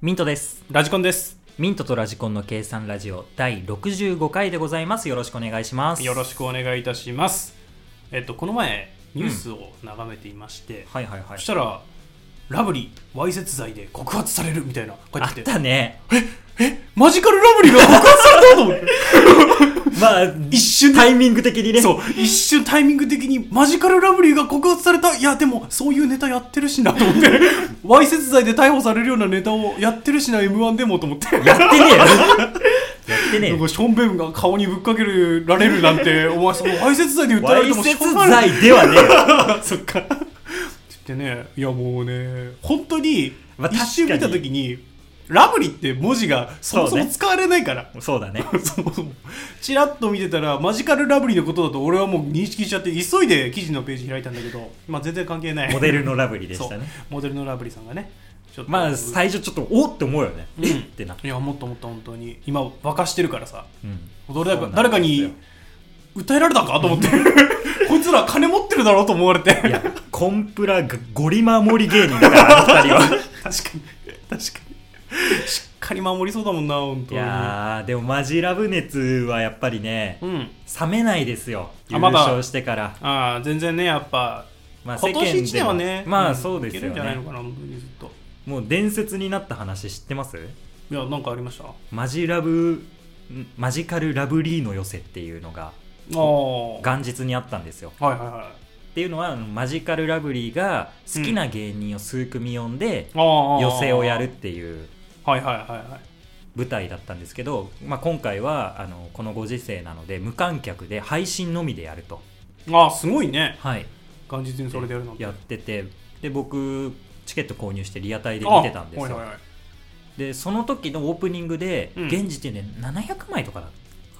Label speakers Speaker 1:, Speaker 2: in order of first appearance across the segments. Speaker 1: ミントです。
Speaker 2: ラジコンです。
Speaker 1: ミントとラジコンの計算ラジオ第65回でございます。よろしくお願いします。
Speaker 2: よろ
Speaker 1: し
Speaker 2: しくお願いいたします。えっと、この前、ニュースを眺めていまして、
Speaker 1: はいはいはい
Speaker 2: そし。たら、ラブリー、わいせつ罪で告発されるみたいな、書い
Speaker 1: あっ
Speaker 2: てき、
Speaker 1: てた ね。
Speaker 2: マジカルラブリーが告発された と思って、
Speaker 1: まあ、
Speaker 2: 一瞬
Speaker 1: タ
Speaker 2: で、
Speaker 1: イミング的にね。
Speaker 2: そう、一瞬タイミング的に、マジカルラブリーが告発された、いや、でも、そういうネタやってるしなと 思って、わいせつ罪で逮捕されるようなネタをやってるしな、M1 でもと思って。
Speaker 1: やって ねえよ。やってねえ
Speaker 2: なん
Speaker 1: よ。
Speaker 2: かションベンが顔にぶっかけられるなんて、お前そのわいせつ罪で訴え
Speaker 1: わ
Speaker 2: られ
Speaker 1: い
Speaker 2: ても
Speaker 1: せ
Speaker 2: しょ
Speaker 1: つ
Speaker 2: うがない。
Speaker 1: 罪ではねえよ。
Speaker 2: そっか。ってね、いやもうね、本当に
Speaker 1: まあ、
Speaker 2: 一瞬見
Speaker 1: 確か
Speaker 2: た
Speaker 1: に
Speaker 2: ときに、ラブリって文字がそもそ
Speaker 1: そう
Speaker 2: も
Speaker 1: ね
Speaker 2: 使われないから。
Speaker 1: そうだね。
Speaker 2: そうチラッと見てたらマジカルラブリーのことだと俺はもう認識しちゃって急いで記事のページ開いたんだけど、まあ、全然関係ない
Speaker 1: モデルのラブリーで
Speaker 2: そ
Speaker 1: し
Speaker 2: う
Speaker 1: たね。
Speaker 2: モデルのラブリーさんがねちょっと
Speaker 1: まあ、最初ちょっと、おって思うよね。
Speaker 2: うん
Speaker 1: えってな。
Speaker 2: いやもっともっと本当に今沸かしてるからさ
Speaker 1: うん
Speaker 2: どれだ
Speaker 1: そう
Speaker 2: か
Speaker 1: なん
Speaker 2: 誰か
Speaker 1: ですよ
Speaker 2: に訴えられたかと思って こいつら金持ってるだろうと思われて
Speaker 1: いや、コンプラがゴリ守り芸人だから、 あの二人は。
Speaker 2: 確かに確かにしっかり守りそうだもんな本
Speaker 1: い
Speaker 2: 当に
Speaker 1: やー、でもマジラブ熱はやっぱりね、
Speaker 2: うん
Speaker 1: 冷めないですよ。優
Speaker 2: あまだ
Speaker 1: 勝してから。
Speaker 2: ああ全然ねやっぱ
Speaker 1: まあ、世
Speaker 2: 今年
Speaker 1: 間
Speaker 2: 一
Speaker 1: で
Speaker 2: 年は
Speaker 1: も
Speaker 2: ね
Speaker 1: ま
Speaker 2: ん
Speaker 1: あそうです
Speaker 2: いける
Speaker 1: よ
Speaker 2: んじゃないの
Speaker 1: ね。
Speaker 2: かな本当にずっと
Speaker 1: もう伝説になった話知ってます
Speaker 2: いやなんかありましたあ
Speaker 1: マジラブ、んマジカルラブリーの寄せっていうのが
Speaker 2: あはい
Speaker 1: 元日にあったんですよ。
Speaker 2: はいはい
Speaker 1: っていうのは、あのマジカルラブリーが好きな芸人を数組呼んで、
Speaker 2: ああ
Speaker 1: 寄せをやるっていう
Speaker 2: はいはいはいはい
Speaker 1: 舞台だったんですけど、まあ、今回はあのこのご時世なので無観客で配信のみでやると、
Speaker 2: ああすごいね
Speaker 1: はい、
Speaker 2: 元日にそれでやるなんて
Speaker 1: やっててで僕チケット購入してリアタイで
Speaker 2: ああ
Speaker 1: 見てたんですよ、
Speaker 2: はいはいはい
Speaker 1: でその時のオープニングで、
Speaker 2: うん
Speaker 1: 現時点で700枚とかだっ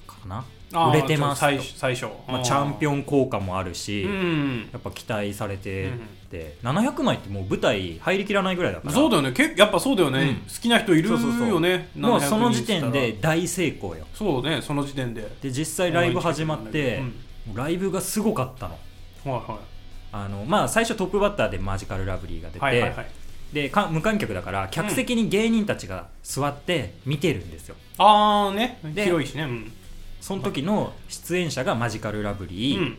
Speaker 1: たかな、
Speaker 2: ああ
Speaker 1: 売れてます
Speaker 2: 最初最初
Speaker 1: まあ、チャンピ
Speaker 2: オ
Speaker 1: オン効果もあるし、
Speaker 2: うん
Speaker 1: やっぱ期待されてて、700枚ってもう舞台入りきらないぐらいだから
Speaker 2: そうだよねけやっぱそうだよね
Speaker 1: うん
Speaker 2: 好きな人いるよ
Speaker 1: そうそうそう
Speaker 2: ね
Speaker 1: もう
Speaker 2: 700
Speaker 1: その時点で
Speaker 2: 人
Speaker 1: 大成功よ
Speaker 2: そうねその時点で
Speaker 1: で実際ライブ始まって、
Speaker 2: うん
Speaker 1: もうライブがすごかったの
Speaker 2: はいはい
Speaker 1: あのまあ、最初トップバッターでマジカルラブリーが出て、
Speaker 2: はいはいはい
Speaker 1: でか無観客だから客席に芸人たちが座って見てるんですよ、
Speaker 2: ああね
Speaker 1: で
Speaker 2: 広いしねうん
Speaker 1: その時の出演者がマジカルラブリー、
Speaker 2: うん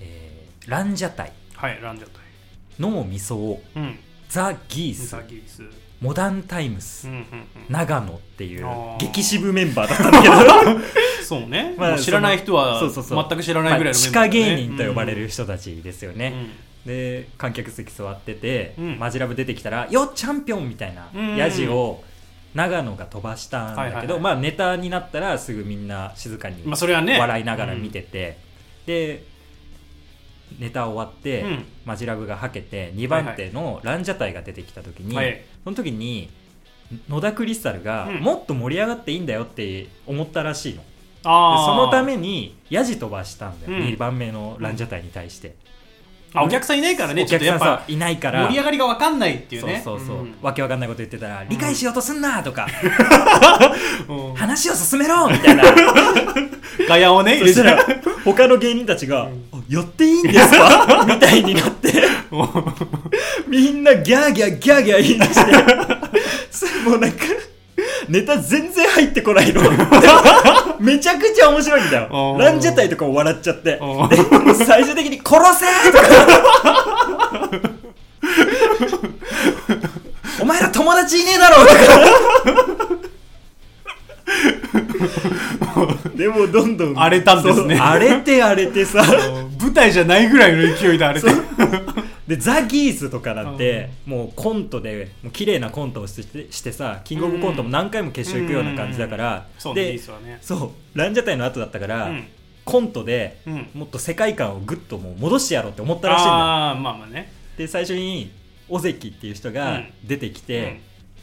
Speaker 1: えーランジャタイ
Speaker 2: はいランジャタイ
Speaker 1: ノーミソオ
Speaker 2: うん
Speaker 1: ザ・ギー
Speaker 2: ミ
Speaker 1: ス
Speaker 2: サギリスう
Speaker 1: モダンタイムス、
Speaker 2: んうんうん
Speaker 1: 長野っていう
Speaker 2: あー
Speaker 1: 激渋メンバーだったんだけど
Speaker 2: そうね
Speaker 1: まあ
Speaker 2: もう知らない人は
Speaker 1: そのそうそうそう
Speaker 2: 全く知らないぐ
Speaker 1: まあ
Speaker 2: らいのメ
Speaker 1: 地
Speaker 2: ン
Speaker 1: 下
Speaker 2: バーだ
Speaker 1: 芸
Speaker 2: ね
Speaker 1: 人と呼ばれる人たちですよ
Speaker 2: うん
Speaker 1: ね、で観客席座ってて、
Speaker 2: うん
Speaker 1: マジラブ出てきたら「よっチャンピオン!」みたいな
Speaker 2: うん
Speaker 1: ヤジを長野が飛ばしたんだけど、
Speaker 2: はいはいはい
Speaker 1: まあネタになったらすぐみんな静かに
Speaker 2: まあそれはね
Speaker 1: 笑いながら見てて、でネタ終わって、
Speaker 2: うん
Speaker 1: マジラブがはけて2番手のランジャタイが出てきた時に、
Speaker 2: はい
Speaker 1: その時に野田クリスタルが、
Speaker 2: うん
Speaker 1: もっと盛り上がっていいんだよって思ったらしいので
Speaker 2: ああ
Speaker 1: そのためにヤジ飛ばしたんだよ、
Speaker 2: うん
Speaker 1: 2番目のランジャタイに対して、
Speaker 2: あお客さんいないからね
Speaker 1: お
Speaker 2: ちょっ
Speaker 1: 客
Speaker 2: と
Speaker 1: さ
Speaker 2: や
Speaker 1: ん
Speaker 2: っ
Speaker 1: さ
Speaker 2: ぱ
Speaker 1: いないから
Speaker 2: 盛り上がりがわかんないっていうね
Speaker 1: そうそうそう、
Speaker 2: ん
Speaker 1: わけわかんないこと言ってたら、理解しようとすんなと か
Speaker 2: うん
Speaker 1: 話を進めろみた いな
Speaker 2: ガヤを
Speaker 1: そ
Speaker 2: ね入れ
Speaker 1: してたら他の芸人たちが「
Speaker 2: うん
Speaker 1: あやっていいんですか? 」 みたいになってみんなギャーギャーギャーギャー言い出してそれもうなんかネタ全然入ってこない のめちゃくちゃ面白いんだよ
Speaker 2: おー
Speaker 1: ランジャタイとかも笑っちゃって
Speaker 2: お
Speaker 1: でもう最終的に「殺せ!」とか「お前ら友達いねえだろ!」とか でもどんどん
Speaker 2: 荒れたんですね
Speaker 1: そう荒れて荒れてさ
Speaker 2: 舞台じゃないぐらいの勢いであれて
Speaker 1: そうでザ・ギースとかなんてもうコントでもう綺麗なコントをしてしてさキングオブコントも何回も決勝行くような感じだから
Speaker 2: そうねいい
Speaker 1: で
Speaker 2: っすわね
Speaker 1: そうランジャタイの後だったから、
Speaker 2: うん
Speaker 1: コントで
Speaker 2: うん
Speaker 1: もっと世界観をグッともう戻してやろうって思ったらしいんだ
Speaker 2: ああまあまあね
Speaker 1: で最初に尾関っていう人
Speaker 2: う
Speaker 1: が
Speaker 2: ん
Speaker 1: 出てきて、
Speaker 2: うん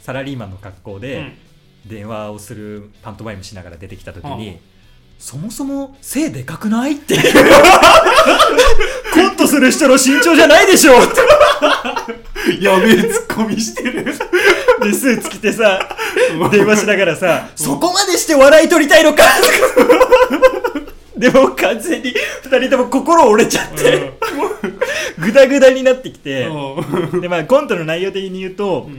Speaker 1: サラリーマンの格好
Speaker 2: う
Speaker 1: で
Speaker 2: ん
Speaker 1: 電話をするパントマイムしながら出てきた時に、
Speaker 2: うん
Speaker 1: そもそも背でかくないって コントする人の身長じゃないでしょって
Speaker 2: やべえツッコミして る
Speaker 1: でスーツ着てさ 電話しながらさ「そこまでして笑い取りたいのか!」でも完全に2人とも心折れちゃってグダグダになってきてでまあコントの内容的に言うと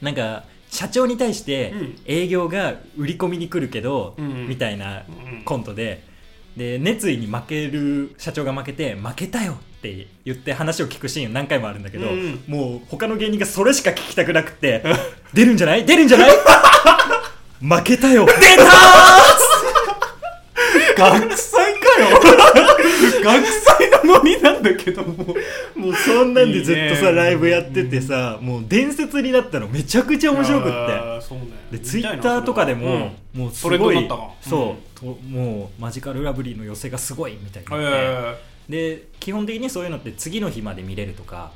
Speaker 1: なんか社長に対して
Speaker 2: うん
Speaker 1: 営業が売り込みに来るけど、
Speaker 2: うんうん
Speaker 1: みたいな
Speaker 2: うん
Speaker 1: コントでで熱意に負ける社長が負けて負けたよって言って話を聞くシーン何回もあるんだけど、
Speaker 2: うん
Speaker 1: もう他の芸人がそれしか聞きたくなくて出るんじゃない出るんじゃない 負けたよ出た
Speaker 2: 学祭かよ学祭なのになんだけども
Speaker 1: もうそんなんでずっとさ
Speaker 2: いいね
Speaker 1: ライブやっててさ、もう伝説になったのめちゃくちゃ面白くって
Speaker 2: てそうね
Speaker 1: でツイッターとかでも、もうす
Speaker 2: ト
Speaker 1: ご
Speaker 2: レン
Speaker 1: い
Speaker 2: ドになったな
Speaker 1: そうともうマジカルラブリーの寄せがすごいみたいになって、
Speaker 2: え
Speaker 1: で基本的にそういうのって次の日まで見れるとか、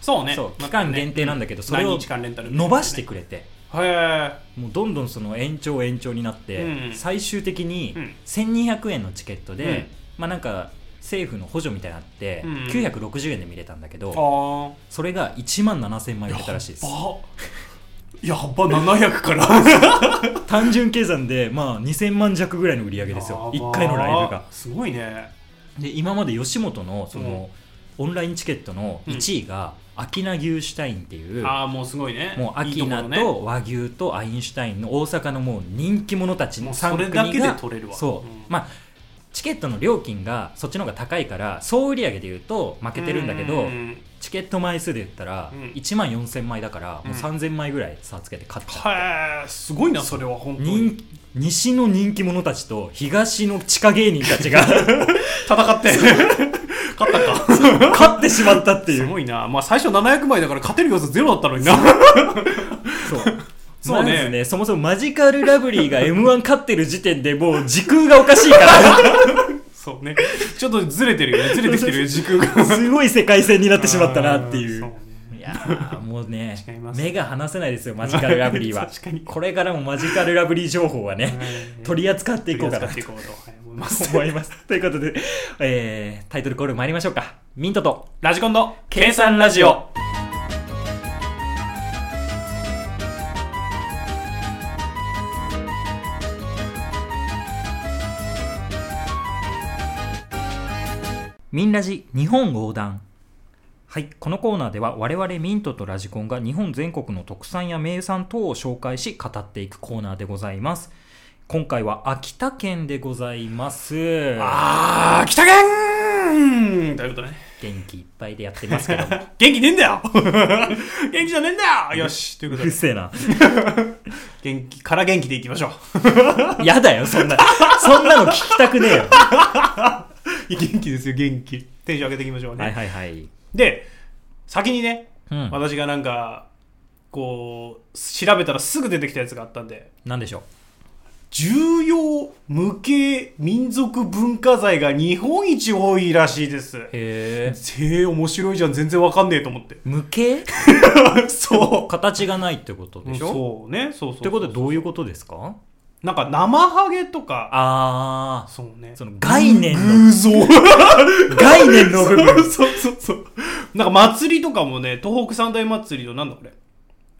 Speaker 2: そうね
Speaker 1: そう期間限定なんだけど、それ
Speaker 2: 何
Speaker 1: を
Speaker 2: 日間レンタル
Speaker 1: 伸ばしてくれて
Speaker 2: へ
Speaker 1: もうどんどんその延長延長になって、
Speaker 2: うん
Speaker 1: 最終的に
Speaker 2: うん
Speaker 1: 1200円のチケットで、
Speaker 2: うん
Speaker 1: まあなんか政府の補助みたいなのあって、
Speaker 2: うん
Speaker 1: 960円で見れたんだけど、
Speaker 2: えあ
Speaker 1: それが1万7000枚売れたらしいです
Speaker 2: やっば700から
Speaker 1: 単純計算でまあ2000万弱ぐらいの売り上げですよ1回のライブが
Speaker 2: すごいね
Speaker 1: で今まで吉本のその、オンラインチケットの1位が、アキナ牛シュタインっていう
Speaker 2: ああもうすごいね
Speaker 1: もうアキナ
Speaker 2: いいこ
Speaker 1: と和牛とアインシュタインの大阪のもう人気者たち
Speaker 2: も
Speaker 1: の
Speaker 2: う
Speaker 1: 3
Speaker 2: それ
Speaker 1: 組
Speaker 2: だ
Speaker 1: が
Speaker 2: けで取れるわ
Speaker 1: そう、
Speaker 2: うん
Speaker 1: まあチケットの料金がそっちの方が高いから総売り上げで言うと負け
Speaker 2: ろね
Speaker 1: てるんだけど
Speaker 2: うん
Speaker 1: チケット枚数で言ったら
Speaker 2: うん
Speaker 1: 1万4000枚だからもう3000枚ぐらい差つけて勝っちゃった、
Speaker 2: へえすごいなそれは本当に
Speaker 1: 人西の人気者たちと東の地下芸人たちが
Speaker 2: 戦って勝ったか
Speaker 1: 勝ってしまったってい
Speaker 2: す
Speaker 1: う
Speaker 2: ごいなまあ最初700枚だから勝てる要素ゼロだったのにな
Speaker 1: そう
Speaker 2: そうね
Speaker 1: まずねそもそもマジカルラブリーが m 1勝ってる時点でもう時空がおかしい から
Speaker 2: そうねちょっとずれてるよねずれてきてるよ時空が
Speaker 1: すごい世界線になってしまったなってい
Speaker 2: あー
Speaker 1: う
Speaker 2: そね
Speaker 1: いやーもうね
Speaker 2: 違います
Speaker 1: 目が離せないですよマジカルラブリーは
Speaker 2: 確かに
Speaker 1: これからもマジカルラブリー情報はね取り扱っていこうかな
Speaker 2: 取り扱っていこうとはい思います
Speaker 1: と思いますということで、えー、タイトルコール参りましょうかミントと
Speaker 2: ラジコンの計算ラジオ
Speaker 1: ミンラジ日本横断はいこのコーナーでは我々ミントとラジコンが日本全国の特産や名産等を紹介し語っていくコーナーでございます今回は秋田県でございます
Speaker 2: あー北県ということね
Speaker 1: 元気いっぱいでやってますけど も
Speaker 2: 元気ねえんだよ元気じゃねえんだよよしというこ
Speaker 1: う
Speaker 2: と
Speaker 1: る
Speaker 2: で
Speaker 1: せえな
Speaker 2: 元気から元気でいきましょう
Speaker 1: やだよそんなそんなの聞きたくねえよ
Speaker 2: 元気ですよ元気テンション上げていきましょうね、
Speaker 1: はいはいはい
Speaker 2: で先にね、
Speaker 1: うん
Speaker 2: 私がなんかこう調べたらすぐ出てきたやつがあったんで
Speaker 1: なんでしょう
Speaker 2: 重要無形民族文化財が日本一多いらしいですへ
Speaker 1: へえ
Speaker 2: え面白いじゃん全然わかんねえと 思って
Speaker 1: 無形
Speaker 2: そ
Speaker 1: 形がないってことでしょ
Speaker 2: そうねそうそう
Speaker 1: ってことでどういうことですか
Speaker 2: なんか生ハゲとか
Speaker 1: ああ
Speaker 2: そうね
Speaker 1: その概念の
Speaker 2: 偶像
Speaker 1: 概念の部分
Speaker 2: そうそうそうなんか祭りとかもね東北三大祭りのなんだこれ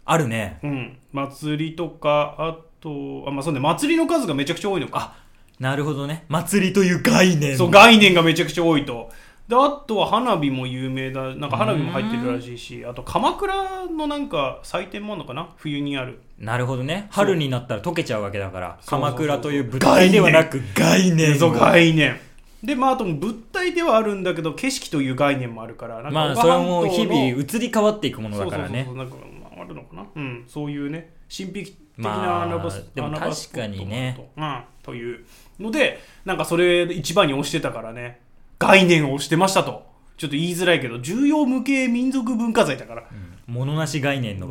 Speaker 1: あるね
Speaker 2: うん祭りとかあとあまあそうね祭りの数がめちゃくちゃ多いのか
Speaker 1: なるほどね祭りという概念
Speaker 2: そう概念がめちゃくちゃ多いとであとは花火も有名だなんか花火も入ってるらしいしあと鎌倉のなんか祭典もあるのかな冬にある
Speaker 1: なるほどね春になったら溶けちゃうわけだから
Speaker 2: そうそうそう
Speaker 1: 鎌倉という物体ではなく概念
Speaker 2: そう
Speaker 1: を
Speaker 2: 概念でまああと物体ではあるんだけど景色という概念もあるからなんか
Speaker 1: まあ
Speaker 2: 男
Speaker 1: そ
Speaker 2: 半
Speaker 1: れ
Speaker 2: 島
Speaker 1: は
Speaker 2: の
Speaker 1: もう日々移り変わっていくものだからね
Speaker 2: そうそうそうそうなんかあるのかなうんそういうね神秘的
Speaker 1: ま
Speaker 2: な
Speaker 1: あ
Speaker 2: 穴場ス
Speaker 1: でも
Speaker 2: 穴場スポット
Speaker 1: 確かにね
Speaker 2: もあるとうんというのでなんかそれ一番に推してたからね概念を推してましたとちょっと言いづらいけど重要無形民族文化財だから、
Speaker 1: 物なし概念の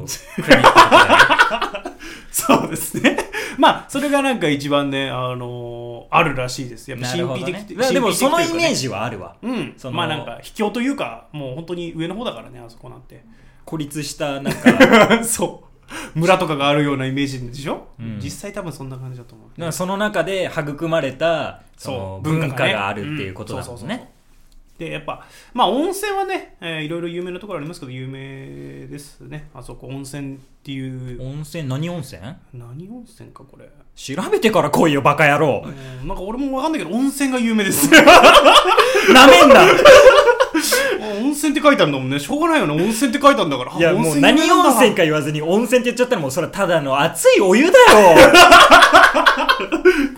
Speaker 2: そうですね まあそれがなんか一番ねあのーあるらしいですやっぱ
Speaker 1: な
Speaker 2: 神
Speaker 1: るほ
Speaker 2: 秘
Speaker 1: ど
Speaker 2: 的
Speaker 1: ね
Speaker 2: 神秘的
Speaker 1: まあでもそのイメー
Speaker 2: ジ
Speaker 1: ジはあるわ
Speaker 2: うん、
Speaker 1: その
Speaker 2: まあなんか卑怯というかもう本当に上の方だからねあそこなんて
Speaker 1: 孤立したなん か
Speaker 2: そう村とかがあるようなイメージでしょ、
Speaker 1: うん
Speaker 2: 実際多分そんな感じだと思う
Speaker 1: なんかその中で育まれたその
Speaker 2: そう
Speaker 1: 文
Speaker 2: 文化
Speaker 1: 化
Speaker 2: ね
Speaker 1: があるっていうことだも
Speaker 2: うんそ
Speaker 1: ん
Speaker 2: うそうそう
Speaker 1: ね
Speaker 2: でやっぱまあ温泉はね、えーいろいろ有名なところありますけど有名ですねあそこ温泉っていう
Speaker 1: 温泉何温泉
Speaker 2: 何温泉かこれ、
Speaker 1: 調べてから来いよバカ野郎
Speaker 2: うんなんか俺もわかんないけど温泉が有名です
Speaker 1: なめんな
Speaker 2: 温泉って書いてあるんだもんねしょうがないよね温泉って書いてあるんだから
Speaker 1: いやもう何温泉か言わずに温泉って言っちゃったらもうそれはただの熱いお湯だよ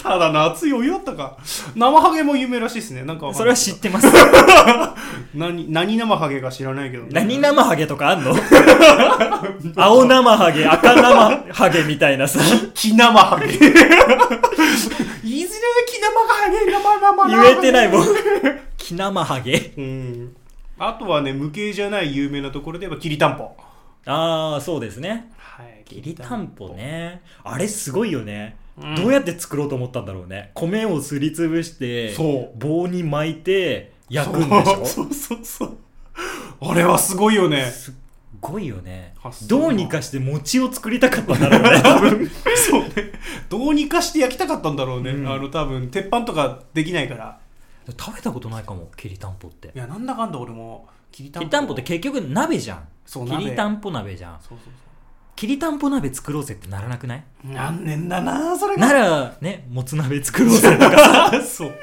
Speaker 2: ただの熱いお湯だったか生ハゲも有名らしいですねなんかわかんな い
Speaker 1: それは知ってます
Speaker 2: 何何生ハゲか知らないけどね
Speaker 1: 何生ハゲとかあん の青生ハゲ赤生ハゲみたいなさ
Speaker 2: 木生ハゲいずれ木生ハゲ生生生
Speaker 1: 言えてないもん木生ハゲ
Speaker 2: うんあとはね無形じゃない有名なところで言えばきりたんぽ
Speaker 1: ああそうですね
Speaker 2: はい
Speaker 1: きりたんぽねあれすごいよね、どうやって作ろうと思ったんだろうね米をすりつぶして
Speaker 2: そう
Speaker 1: 棒に巻いて焼くんでしょ
Speaker 2: そうそうそうそうあれはすごいよね
Speaker 1: すっごいよね
Speaker 2: 発想が
Speaker 1: どうにかして餅を作りたかったんだろうね多分
Speaker 2: そうねどうにかして焼きたかったんだろうね、
Speaker 1: うん
Speaker 2: あの多分鉄板とかできないから
Speaker 1: 食べたことないかもきりたんぽって
Speaker 2: いやなんだかんだ俺もきりた
Speaker 1: きり
Speaker 2: んぽ
Speaker 1: たんぽって結局鍋じゃん
Speaker 2: そう
Speaker 1: き
Speaker 2: 鍋
Speaker 1: りたんぽ鍋じゃん
Speaker 2: そうそう
Speaker 1: きりたんぽ鍋作ろうぜってならなくない
Speaker 2: そうなんねんだなそれが
Speaker 1: ならねもつ鍋作ろうぜと か
Speaker 2: そう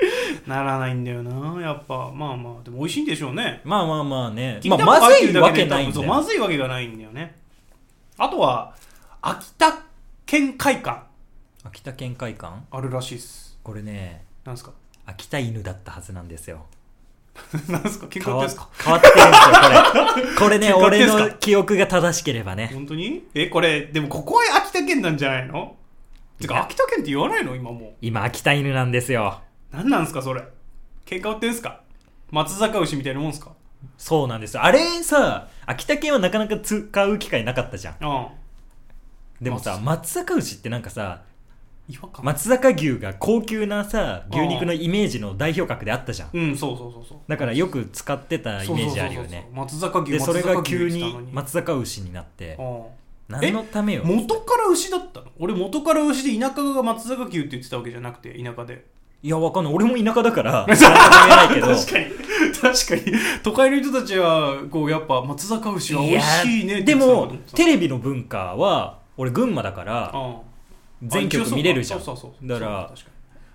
Speaker 2: ならないんだよなやっぱまあまあでも美味しいんでしょうね
Speaker 1: まあまあまあね、
Speaker 2: き
Speaker 1: ま
Speaker 2: り
Speaker 1: あ、
Speaker 2: たんぽ
Speaker 1: ま
Speaker 2: 入って
Speaker 1: ずい
Speaker 2: るだ
Speaker 1: わ
Speaker 2: け
Speaker 1: け
Speaker 2: で
Speaker 1: ないん
Speaker 2: 多分
Speaker 1: だ
Speaker 2: そう
Speaker 1: よ、
Speaker 2: まずいわけがないんだよねあとは秋田県会館
Speaker 1: 秋田県会館
Speaker 2: あるらしいっす
Speaker 1: これね
Speaker 2: なんすか
Speaker 1: 秋田犬だったはずなんですよ
Speaker 2: なんすか喧
Speaker 1: 変
Speaker 2: 嘩売
Speaker 1: わ
Speaker 2: ってんすか
Speaker 1: 変わってるんですよ これこれね
Speaker 2: 喧嘩売って
Speaker 1: 俺
Speaker 2: んすか
Speaker 1: の記憶が正しければね
Speaker 2: 本当にえこれでもここは秋田県なんじゃないのて
Speaker 1: い
Speaker 2: か
Speaker 1: や
Speaker 2: 秋田県って言わないの今も
Speaker 1: 今秋田犬なんですよ
Speaker 2: うなんなんすかそれ喧嘩売ってんすか松坂牛みたいなもんすか
Speaker 1: そうなんですよあれさ秋田県はなかなか使う機会なかったじゃん
Speaker 2: うん
Speaker 1: でもさ松阪牛ってなんかさ
Speaker 2: 違和感、
Speaker 1: 松阪牛が高級なさ牛肉のイメージの代表格であったじゃん
Speaker 2: うんそうそうそうそう
Speaker 1: だからよく使ってたイメージあるよ
Speaker 2: そうそうそう
Speaker 1: ね
Speaker 2: そう松坂牛
Speaker 1: でそれが急に
Speaker 2: 松坂牛って言って
Speaker 1: 松阪牛になって
Speaker 2: たのにうん
Speaker 1: 何のためよ
Speaker 2: 元から牛だったの俺元から牛で田舎が松坂牛って言ってたわけじゃなくて田舎 で
Speaker 1: いやわかんない俺も田舎だ から何とも言えないけ
Speaker 2: 確かに確かに都会の人たちはこうやっぱ松坂牛は
Speaker 1: ど
Speaker 2: 美味しいね
Speaker 1: や
Speaker 2: っ
Speaker 1: で
Speaker 2: て言ってたの
Speaker 1: も
Speaker 2: かと思ってた
Speaker 1: テレビの文化は俺群馬だから
Speaker 2: うん
Speaker 1: 全曲見れるじゃん
Speaker 2: あ一応そうかそうそうそう
Speaker 1: だから
Speaker 2: そう確に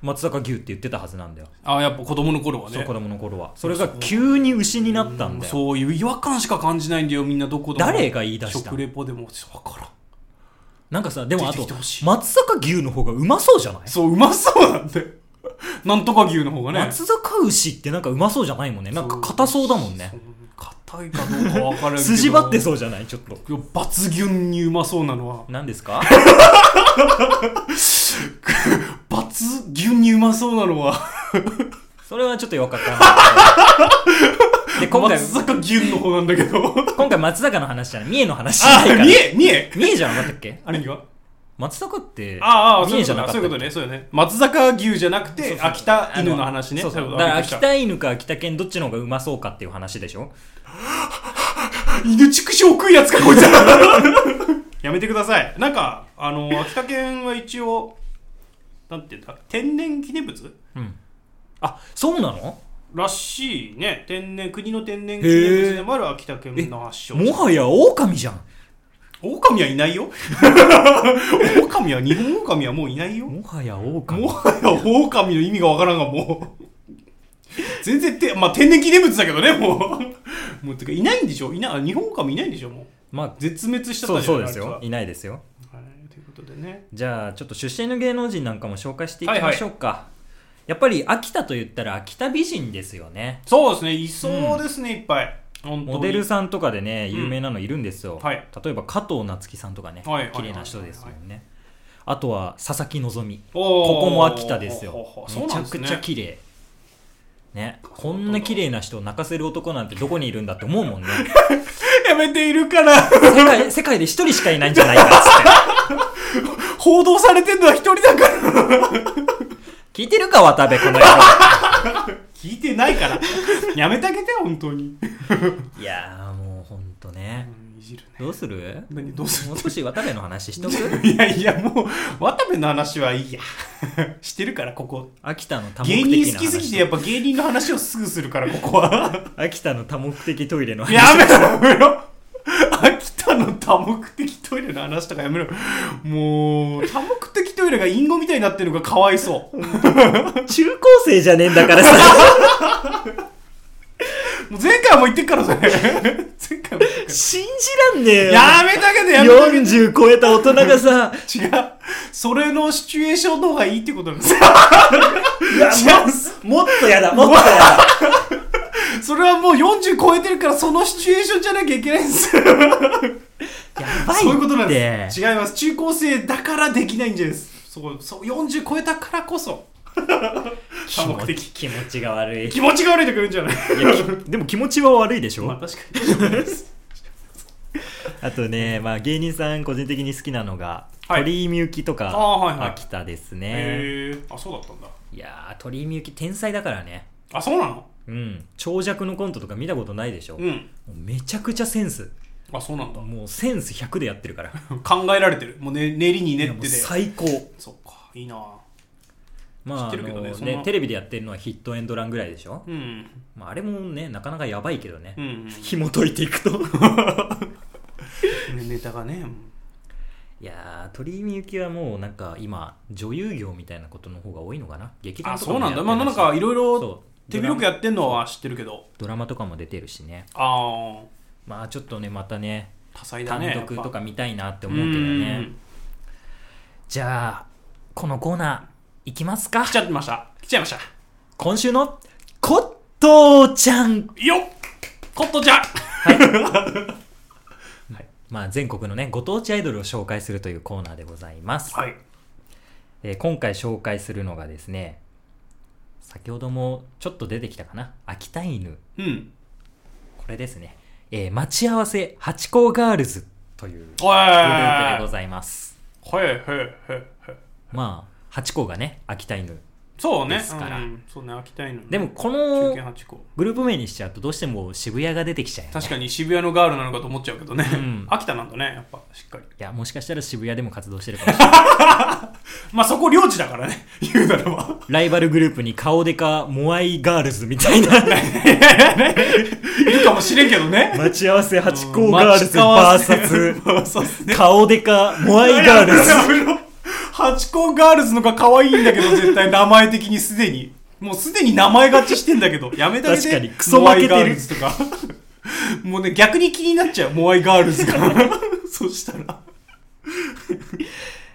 Speaker 1: 松阪牛って言ってたはずなんだよ
Speaker 2: あやっぱ子供の頃はね
Speaker 1: そう子供の頃はそれが急に牛になったん
Speaker 2: うん
Speaker 1: だよ
Speaker 2: そういう違和感しか感じないんだよみんなどこでも
Speaker 1: 誰が言い出した
Speaker 2: 食レポでもわからん
Speaker 1: なんかさでもあ
Speaker 2: 出
Speaker 1: と
Speaker 2: てきてほしい
Speaker 1: 松阪牛の方がうまそうじゃない
Speaker 2: そううまそうなんだよなんとか牛の方がね
Speaker 1: 松阪牛ってなんかうまそうじゃないもんねなんか硬そうだもんね
Speaker 2: そう硬いかどうか分からんけど
Speaker 1: 筋張ってそうじゃないちょっと
Speaker 2: う抜群にうまそうなのは
Speaker 1: 何です か
Speaker 2: 抜群にうまそうなのは
Speaker 1: それはちょっとよか ったなで今回
Speaker 2: 松坂牛の方なんだ けど
Speaker 1: 今回松坂の話じゃない三重の話じゃ
Speaker 2: あ
Speaker 1: ないから
Speaker 2: 見え見え
Speaker 1: 三重じゃなかったっけ
Speaker 2: あれには
Speaker 1: 松坂って
Speaker 2: ああああ、そ
Speaker 1: 三
Speaker 2: うい
Speaker 1: 重
Speaker 2: う
Speaker 1: じ
Speaker 2: こ
Speaker 1: ゃ
Speaker 2: と
Speaker 1: な
Speaker 2: ね。
Speaker 1: かったっけ
Speaker 2: そういうことね。そうよね。松坂牛じゃなく
Speaker 1: そう
Speaker 2: て、
Speaker 1: そう
Speaker 2: 秋田犬の話ね。
Speaker 1: そうそう
Speaker 2: い
Speaker 1: だ
Speaker 2: こ
Speaker 1: か
Speaker 2: と
Speaker 1: ら
Speaker 2: あ
Speaker 1: 秋田犬か秋田犬どっちの方がうまそうかっていう話でしょ
Speaker 2: 犬畜生食うやつか、こいつら やめてください。なんか、あの、秋田県は一応、なんて言うんだ、天然記念物
Speaker 1: うんあそうなの
Speaker 2: らしいね。天然、国の天然記念物でもある秋田県の発祥。
Speaker 1: もはや狼じゃん
Speaker 2: 狼はいないよ。狼は、日本狼はもういないよ。
Speaker 1: もはや
Speaker 2: も
Speaker 1: 狼
Speaker 2: はや狼の意味がわからんがもう全然て、まあ、天然記念物だけどねもうもうてかいないんでしょいな日本狼いないんでしょもう
Speaker 1: まあ
Speaker 2: 絶滅しちゃっ
Speaker 1: そ
Speaker 2: た
Speaker 1: う
Speaker 2: じゃ
Speaker 1: そ
Speaker 2: ん
Speaker 1: うですよ
Speaker 2: あい
Speaker 1: いないですよ
Speaker 2: つははい、ということでね
Speaker 1: じゃあちょっと出身の芸能人なんかも紹介していきましょうか、やっぱり秋田と言ったら秋田美人ですよね
Speaker 2: そうですねいそうですね、いっぱい本当に
Speaker 1: モデルさんとかでね
Speaker 2: うん
Speaker 1: 有名なのいるんですよ、
Speaker 2: はい
Speaker 1: 例えば加藤夏樹さんとかね、
Speaker 2: はいはいはい
Speaker 1: 綺麗な人ですよねあとは佐々木希
Speaker 2: おー
Speaker 1: ここも秋田ですよ
Speaker 2: ほうほうそう
Speaker 1: めち
Speaker 2: な
Speaker 1: ゃ
Speaker 2: んです
Speaker 1: く
Speaker 2: ね
Speaker 1: ちゃ綺麗ねこんな綺麗な人を泣かせる男なんてどこにいるんだって思う もんね
Speaker 2: やめているから
Speaker 1: 世界世界で一人しかいないんじゃないかっつっ
Speaker 2: 報道されてるのは一人だか
Speaker 1: て
Speaker 2: ら
Speaker 1: 聞いてるか渡部この野郎
Speaker 2: 聞いてないからやめてあげて本当に、
Speaker 1: いやーもうほんとね
Speaker 2: うんいじるね
Speaker 1: どうする
Speaker 2: 何どうす る
Speaker 1: もう少し渡部の話しとく
Speaker 2: いやいやもう渡部の話はいいや してるからここ
Speaker 1: 秋田の多目
Speaker 2: 芸
Speaker 1: 的
Speaker 2: 人
Speaker 1: な
Speaker 2: 好きすぎて
Speaker 1: 話
Speaker 2: やっぱ芸人の話をすぐするからここは
Speaker 1: 秋田の多目的トイレの話
Speaker 2: やめろやめろ秋田の多目的トイレの話とかやめろもう多目的トイレが隠語みたいになってるのがかわいそう
Speaker 1: 中高生じゃねえんだからさ
Speaker 2: もう前回も言ってっからそれ 前回も言ってっか
Speaker 1: 信じらんねえ
Speaker 2: ら
Speaker 1: よ。
Speaker 2: やめたけどやめたけど
Speaker 1: 40超えた大人がさ、
Speaker 2: 違うそれのシチュエーションの方がいいってことなんです よ
Speaker 1: いやもっとやだ、もっとやだ。
Speaker 2: それはもう40超えてるからそのシチュエーションじゃなきゃいけないんですよ
Speaker 1: やばいって。
Speaker 2: そういうことなんです違います中高生だからできないんじゃないですそうそう40超えたからこそ多目的
Speaker 1: 気持ちが悪い。
Speaker 2: 気持ちが悪いとか言うんじゃない
Speaker 1: いやき でも気持ちは悪いでしょ、
Speaker 2: まあ確かに
Speaker 1: あとね、まあ、芸人さん個人的に好きなのが、
Speaker 2: はい
Speaker 1: 鳥居みゆきとか、
Speaker 2: あーはいはい
Speaker 1: 秋田ですね
Speaker 2: へえあそうだったんだ
Speaker 1: いやー鳥居みゆき天才だからね
Speaker 2: あそうなの
Speaker 1: うん長尺のコントとか見たことないでしょ、
Speaker 2: う
Speaker 1: も
Speaker 2: ん
Speaker 1: うめちゃくちゃセンス
Speaker 2: あそうなんだ
Speaker 1: もうセンス100でやってる から
Speaker 2: 考えられてるもう、ね、練りに練っ
Speaker 1: も
Speaker 2: て
Speaker 1: う
Speaker 2: て
Speaker 1: 最高
Speaker 2: そっかいいな
Speaker 1: まあ
Speaker 2: 知ってるけどね
Speaker 1: あの
Speaker 2: そんな
Speaker 1: テレビでやってるのはヒットエンドランぐらいでしょ、
Speaker 2: うん
Speaker 1: まあ、あれもねなかなかやばいけどね、
Speaker 2: うんうん
Speaker 1: 紐解いていく と
Speaker 2: ねネタがね
Speaker 1: いやー鳥居みゆきはもうなんか今女優業みたいなことの方が多いのかな劇団
Speaker 2: あ
Speaker 1: とか
Speaker 2: そ
Speaker 1: も
Speaker 2: うなんだ
Speaker 1: や
Speaker 2: ま
Speaker 1: っ
Speaker 2: あ
Speaker 1: てる
Speaker 2: なん
Speaker 1: し
Speaker 2: かいろいろ
Speaker 1: そう
Speaker 2: 手広くやってんのは知ってるけど
Speaker 1: ドラマとかも出てるしね
Speaker 2: ああ
Speaker 1: まあちょっとねまたね
Speaker 2: 多彩だ
Speaker 1: 単
Speaker 2: ね
Speaker 1: 独とか見たいなって
Speaker 2: て
Speaker 1: 思うけどねじゃあこのコーナーいきますか
Speaker 2: 来ちゃってました来ちゃいました
Speaker 1: 今週のコットーちゃん
Speaker 2: よっコットちゃん
Speaker 1: まあ全国のねご当地アイドルを紹介するというコーナーでございます、
Speaker 2: はい
Speaker 1: えー今回紹介するのがですね先ほどもちょっと出てきたかな秋田犬
Speaker 2: うん
Speaker 1: これですね、えー待ち合わせ八甲ガールズというグル
Speaker 2: おい
Speaker 1: ープで
Speaker 2: は
Speaker 1: ご
Speaker 2: い
Speaker 1: ざいます
Speaker 2: はいはい
Speaker 1: まあ八甲がね秋田犬
Speaker 2: そうね
Speaker 1: ですから
Speaker 2: うんそうね飽きたいの
Speaker 1: でもこ
Speaker 2: 中
Speaker 1: の
Speaker 2: 堅八個
Speaker 1: グループ名にしちゃうとどうしても渋谷が出てきちゃうよね
Speaker 2: 確かに渋谷のガールなのかと思っちゃうけどね、
Speaker 1: ん
Speaker 2: 秋田なんだねやっぱしっかり
Speaker 1: いやもしかしたら渋谷でも活動してるかもしれない
Speaker 2: まあそこ領地だからね言うならば
Speaker 1: ライバルグループに顔でかモアイガールズみたいな
Speaker 2: いるかもしれんけどね
Speaker 1: 待ち合わせ八甲ガールズ VS
Speaker 2: そうっすね
Speaker 1: 顔でかモアイガール ズ
Speaker 2: ハチ公ガールズのが可愛いんだけど、絶対名前的にすでに。もうすでに名前勝ちしてんだけど、やめたげて。
Speaker 1: 確かにクソ負けてる
Speaker 2: モアイガールズとか。もうね、逆に気になっちゃう、モアイガールズが。そしたら。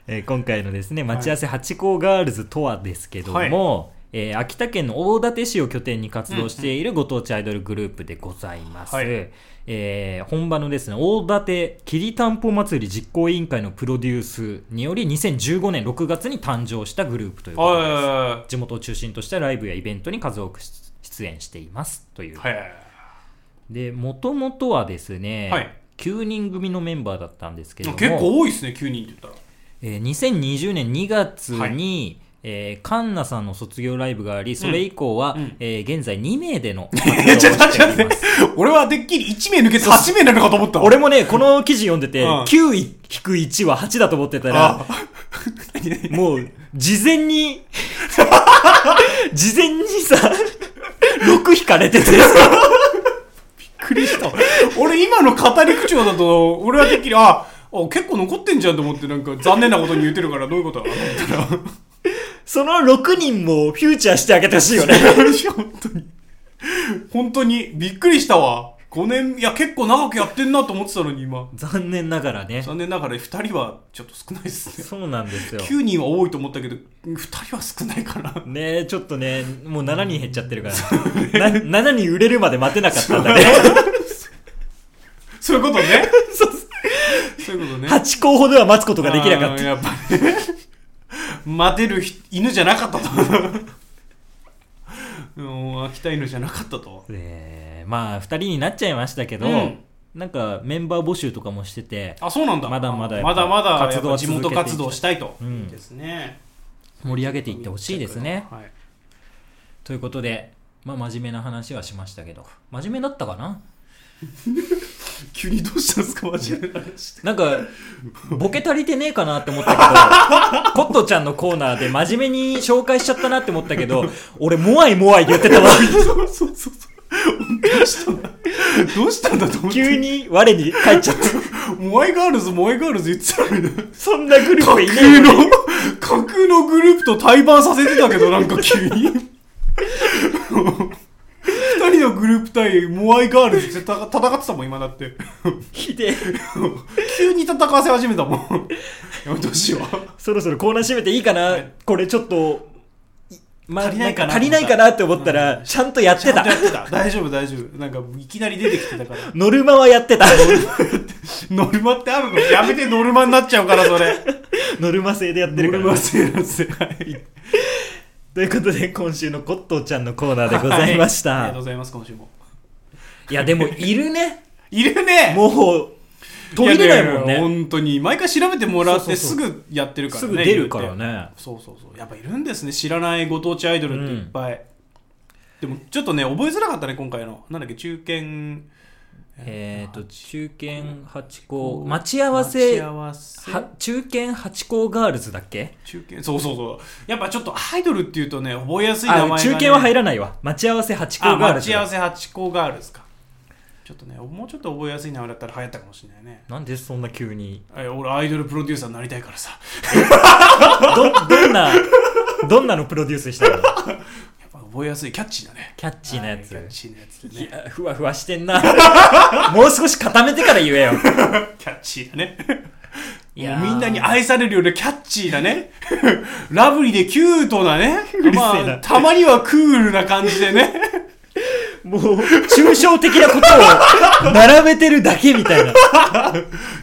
Speaker 1: えー今回のですね待ち合わせ八甲ガールズとはですけども、えー秋田県の大館市を拠点に活動しているご当地アイドルグループでございます、
Speaker 2: はい
Speaker 1: えー本場のですね大館きりたんぽ祭り実行委員会のプロデュースにより2015年6月に誕生したグループという
Speaker 2: はい
Speaker 1: ことです地元を中心としたライブやイベントに数多く出演していますという、
Speaker 2: はいはいはい。
Speaker 1: でもともとはですね、
Speaker 2: はい
Speaker 1: 9人組のメンバーだったんですけども
Speaker 2: 結構多いですね、9人って言ったら。
Speaker 1: えー2020年2月に、えーカンナさんの卒業ライブがあり、それ以降は、
Speaker 2: うん
Speaker 1: えー現在2名での
Speaker 2: え、 ちょっと
Speaker 1: 活動
Speaker 2: 待
Speaker 1: をしており
Speaker 2: って
Speaker 1: ます。
Speaker 2: 俺はてっきり1名抜けて8名なのかと思った。
Speaker 1: 俺もね、この記事読んでて、
Speaker 2: うん
Speaker 1: 9引く1は8だと思ってた
Speaker 2: あ
Speaker 1: ら、もう、事前に、事前にさ、6引かれてて、
Speaker 2: びっくりした。俺今の語り口調だと、俺はてっきり、あ、あ結構残ってんじゃんと思って、なんか残念なことに言ってるから、どういうことだろうと思ったら。
Speaker 1: その6人もフューチャーしてあげてほしいよね。
Speaker 2: 本当に。本当に、びっくりしたわ。5年、いや、結構長くやってんなと思ってたのに、今。
Speaker 1: 残念ながらね。
Speaker 2: 残念ながら2人はちょっと少ないですね。
Speaker 1: そうなんですよ。
Speaker 2: 9人は多いと思ったけど、2人は少ないから。
Speaker 1: ねえ、ちょっとね、もう7人減っちゃってるから。な7人売れるまで待てなかったんだね。
Speaker 2: そういうことね。そういうことね。
Speaker 1: 8候補では待つことができなかっ
Speaker 2: あー
Speaker 1: た。
Speaker 2: やっぱりね。待てるひ犬じゃなかったと。 もう秋田犬じゃなかったと。
Speaker 1: えーまあ、2人になっちゃいましたけど、
Speaker 2: うん
Speaker 1: なんかメンバー募集とかもしてて、
Speaker 2: あ、そうなんだ。
Speaker 1: まだまだやっぱ
Speaker 2: まだまだやっぱ
Speaker 1: 活動は
Speaker 2: 地
Speaker 1: 続けていきたい
Speaker 2: 元活動したいと。
Speaker 1: うん
Speaker 2: ですね。
Speaker 1: 盛り上げていってほしいですね。
Speaker 2: はい。
Speaker 1: ということで、まあ、真面目な話はしましたけど、真面目だったかな
Speaker 2: 急にどうしたんですか、マジで。
Speaker 1: なんか、ボケ足りてねえかなって思った けど、コットちゃんのコーナーで真面目に紹介しちゃったなって思ったけど、俺、モアイモアイ言ってたわ。
Speaker 2: そうそうそう。どうしたんだどうしたんだと思って。
Speaker 1: 急に我に返っちゃった。
Speaker 2: モアイガールズ、モアイガールズ言ってたのにな。
Speaker 1: そんなグルー
Speaker 2: 架
Speaker 1: プいねえ
Speaker 2: 空の、架空のグループと対バンさせてたけど、なんか急に。二人のグループ対モアイガールズって戦戦ってたもん今だって
Speaker 1: ひでえ
Speaker 2: 急に戦わせ始めたもんやめてほしいわ
Speaker 1: そろそろコーナー閉めていいかな、
Speaker 2: はい
Speaker 1: これちょっと、いま
Speaker 2: 足りないかなん
Speaker 1: 足りないかなって思ったら、
Speaker 2: うん
Speaker 1: ちゃんとやってた
Speaker 2: ちゃ。んとやってた大丈夫大丈夫なんかいきなり出てきてたから
Speaker 1: ノルマはやって た。
Speaker 2: ノルマってあるのやめてノルマになっちゃうからそれ
Speaker 1: ノルマ制でやって
Speaker 2: ノ
Speaker 1: るか
Speaker 2: ルマ
Speaker 1: ら。
Speaker 2: 制なんですよはい
Speaker 1: ということで、今週のコットーちゃんのコーナーでございまし
Speaker 2: はいあ
Speaker 1: た。
Speaker 2: りがとうございます今週も
Speaker 1: いや、でも、いるね。
Speaker 2: いるね
Speaker 1: もう、途切れないもん
Speaker 2: やや
Speaker 1: ね。
Speaker 2: や本当に毎回調べてもらっ
Speaker 1: そう
Speaker 2: て
Speaker 1: そうそ
Speaker 2: すぐやってるから
Speaker 1: す
Speaker 2: ね
Speaker 1: ぐ出るから
Speaker 2: 言うて
Speaker 1: ね。
Speaker 2: そうそうそうやっぱいるんですね知らないご当地アイドルっていっぱい、でもちょっとね覚えづらかったね今回のなんだっけ中堅
Speaker 1: えっと、中堅八高、待ち合わせ、
Speaker 2: 待ち合
Speaker 1: は
Speaker 2: わせ
Speaker 1: 中堅八高ガールズだっけ
Speaker 2: 中堅そうそうそうやっぱちょっとアイドルっていうとね覚えやすい名前
Speaker 1: あ
Speaker 2: が、ね、
Speaker 1: 中堅は入
Speaker 2: ら
Speaker 1: らないわ。待ち合わせ八
Speaker 2: あ
Speaker 1: 高ガール
Speaker 2: 待
Speaker 1: ズ
Speaker 2: ち合わ
Speaker 1: だ。
Speaker 2: せ八甲ガールズかちょっとねもうちょっと覚えやすい名前だったら流行ったかもしれないね
Speaker 1: なんでそんな急に。
Speaker 2: あいや俺アイドルプロデューサーになりたいからさ
Speaker 1: ど、どんな、どんなのプロデュースしたの
Speaker 2: やっぱ覚えやすいキャッチーだね
Speaker 1: キャッチーなやつ。
Speaker 2: はいキャッチーなやつで
Speaker 1: い
Speaker 2: ね
Speaker 1: や、ふわふわしてんな。もう少し固めてから言えよ。
Speaker 2: キャッチーだね。
Speaker 1: いやー
Speaker 2: もうみんなに愛されるようなキャッチーだね。 ラブリーでキュート なね。
Speaker 1: るせえな
Speaker 2: まあ、たまにはクールな感じでね。
Speaker 1: もう、抽象的なことを並べてるだけみたいな。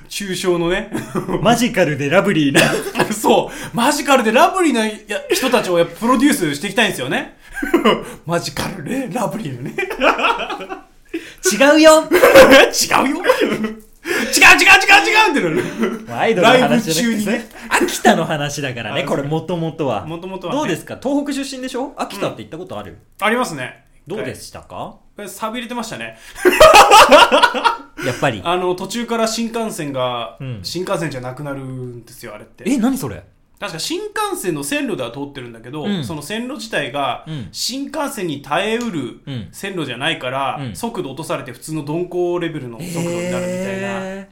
Speaker 2: 抽象のね。
Speaker 1: マジカルでラブリーな。
Speaker 2: そう。マジカルでラブリーなや人たちをやっぱプロデュースしていきたいんですよね。 マジカルね。ラブリーのね。
Speaker 1: 違うよ
Speaker 2: 違うよ。違う違う違 う違うってなる。
Speaker 1: アイドルの話じゃな
Speaker 2: ライブ
Speaker 1: くて
Speaker 2: 中にね
Speaker 1: 秋田の話だからね、
Speaker 2: あ
Speaker 1: これもともとは。
Speaker 2: 元々はね
Speaker 1: どうですか東北出身でしょ秋田って行ったことある、
Speaker 2: ありますね。
Speaker 1: どうでしたか、
Speaker 2: はい錆びれてましたね。
Speaker 1: やっぱり。
Speaker 2: あの、途中から新幹線が、
Speaker 1: うん
Speaker 2: 新幹線じゃなくなるんですよ、あれって。
Speaker 1: え、何それ
Speaker 2: 確か新幹線の線路では通ってるんだけど、
Speaker 1: うん
Speaker 2: その線路自体が
Speaker 1: うん
Speaker 2: 新幹線に耐えうる
Speaker 1: うん
Speaker 2: 線路じゃないから、
Speaker 1: うん
Speaker 2: 速度落とされて普通の鈍行レベルの速度になるみたいな、
Speaker 1: え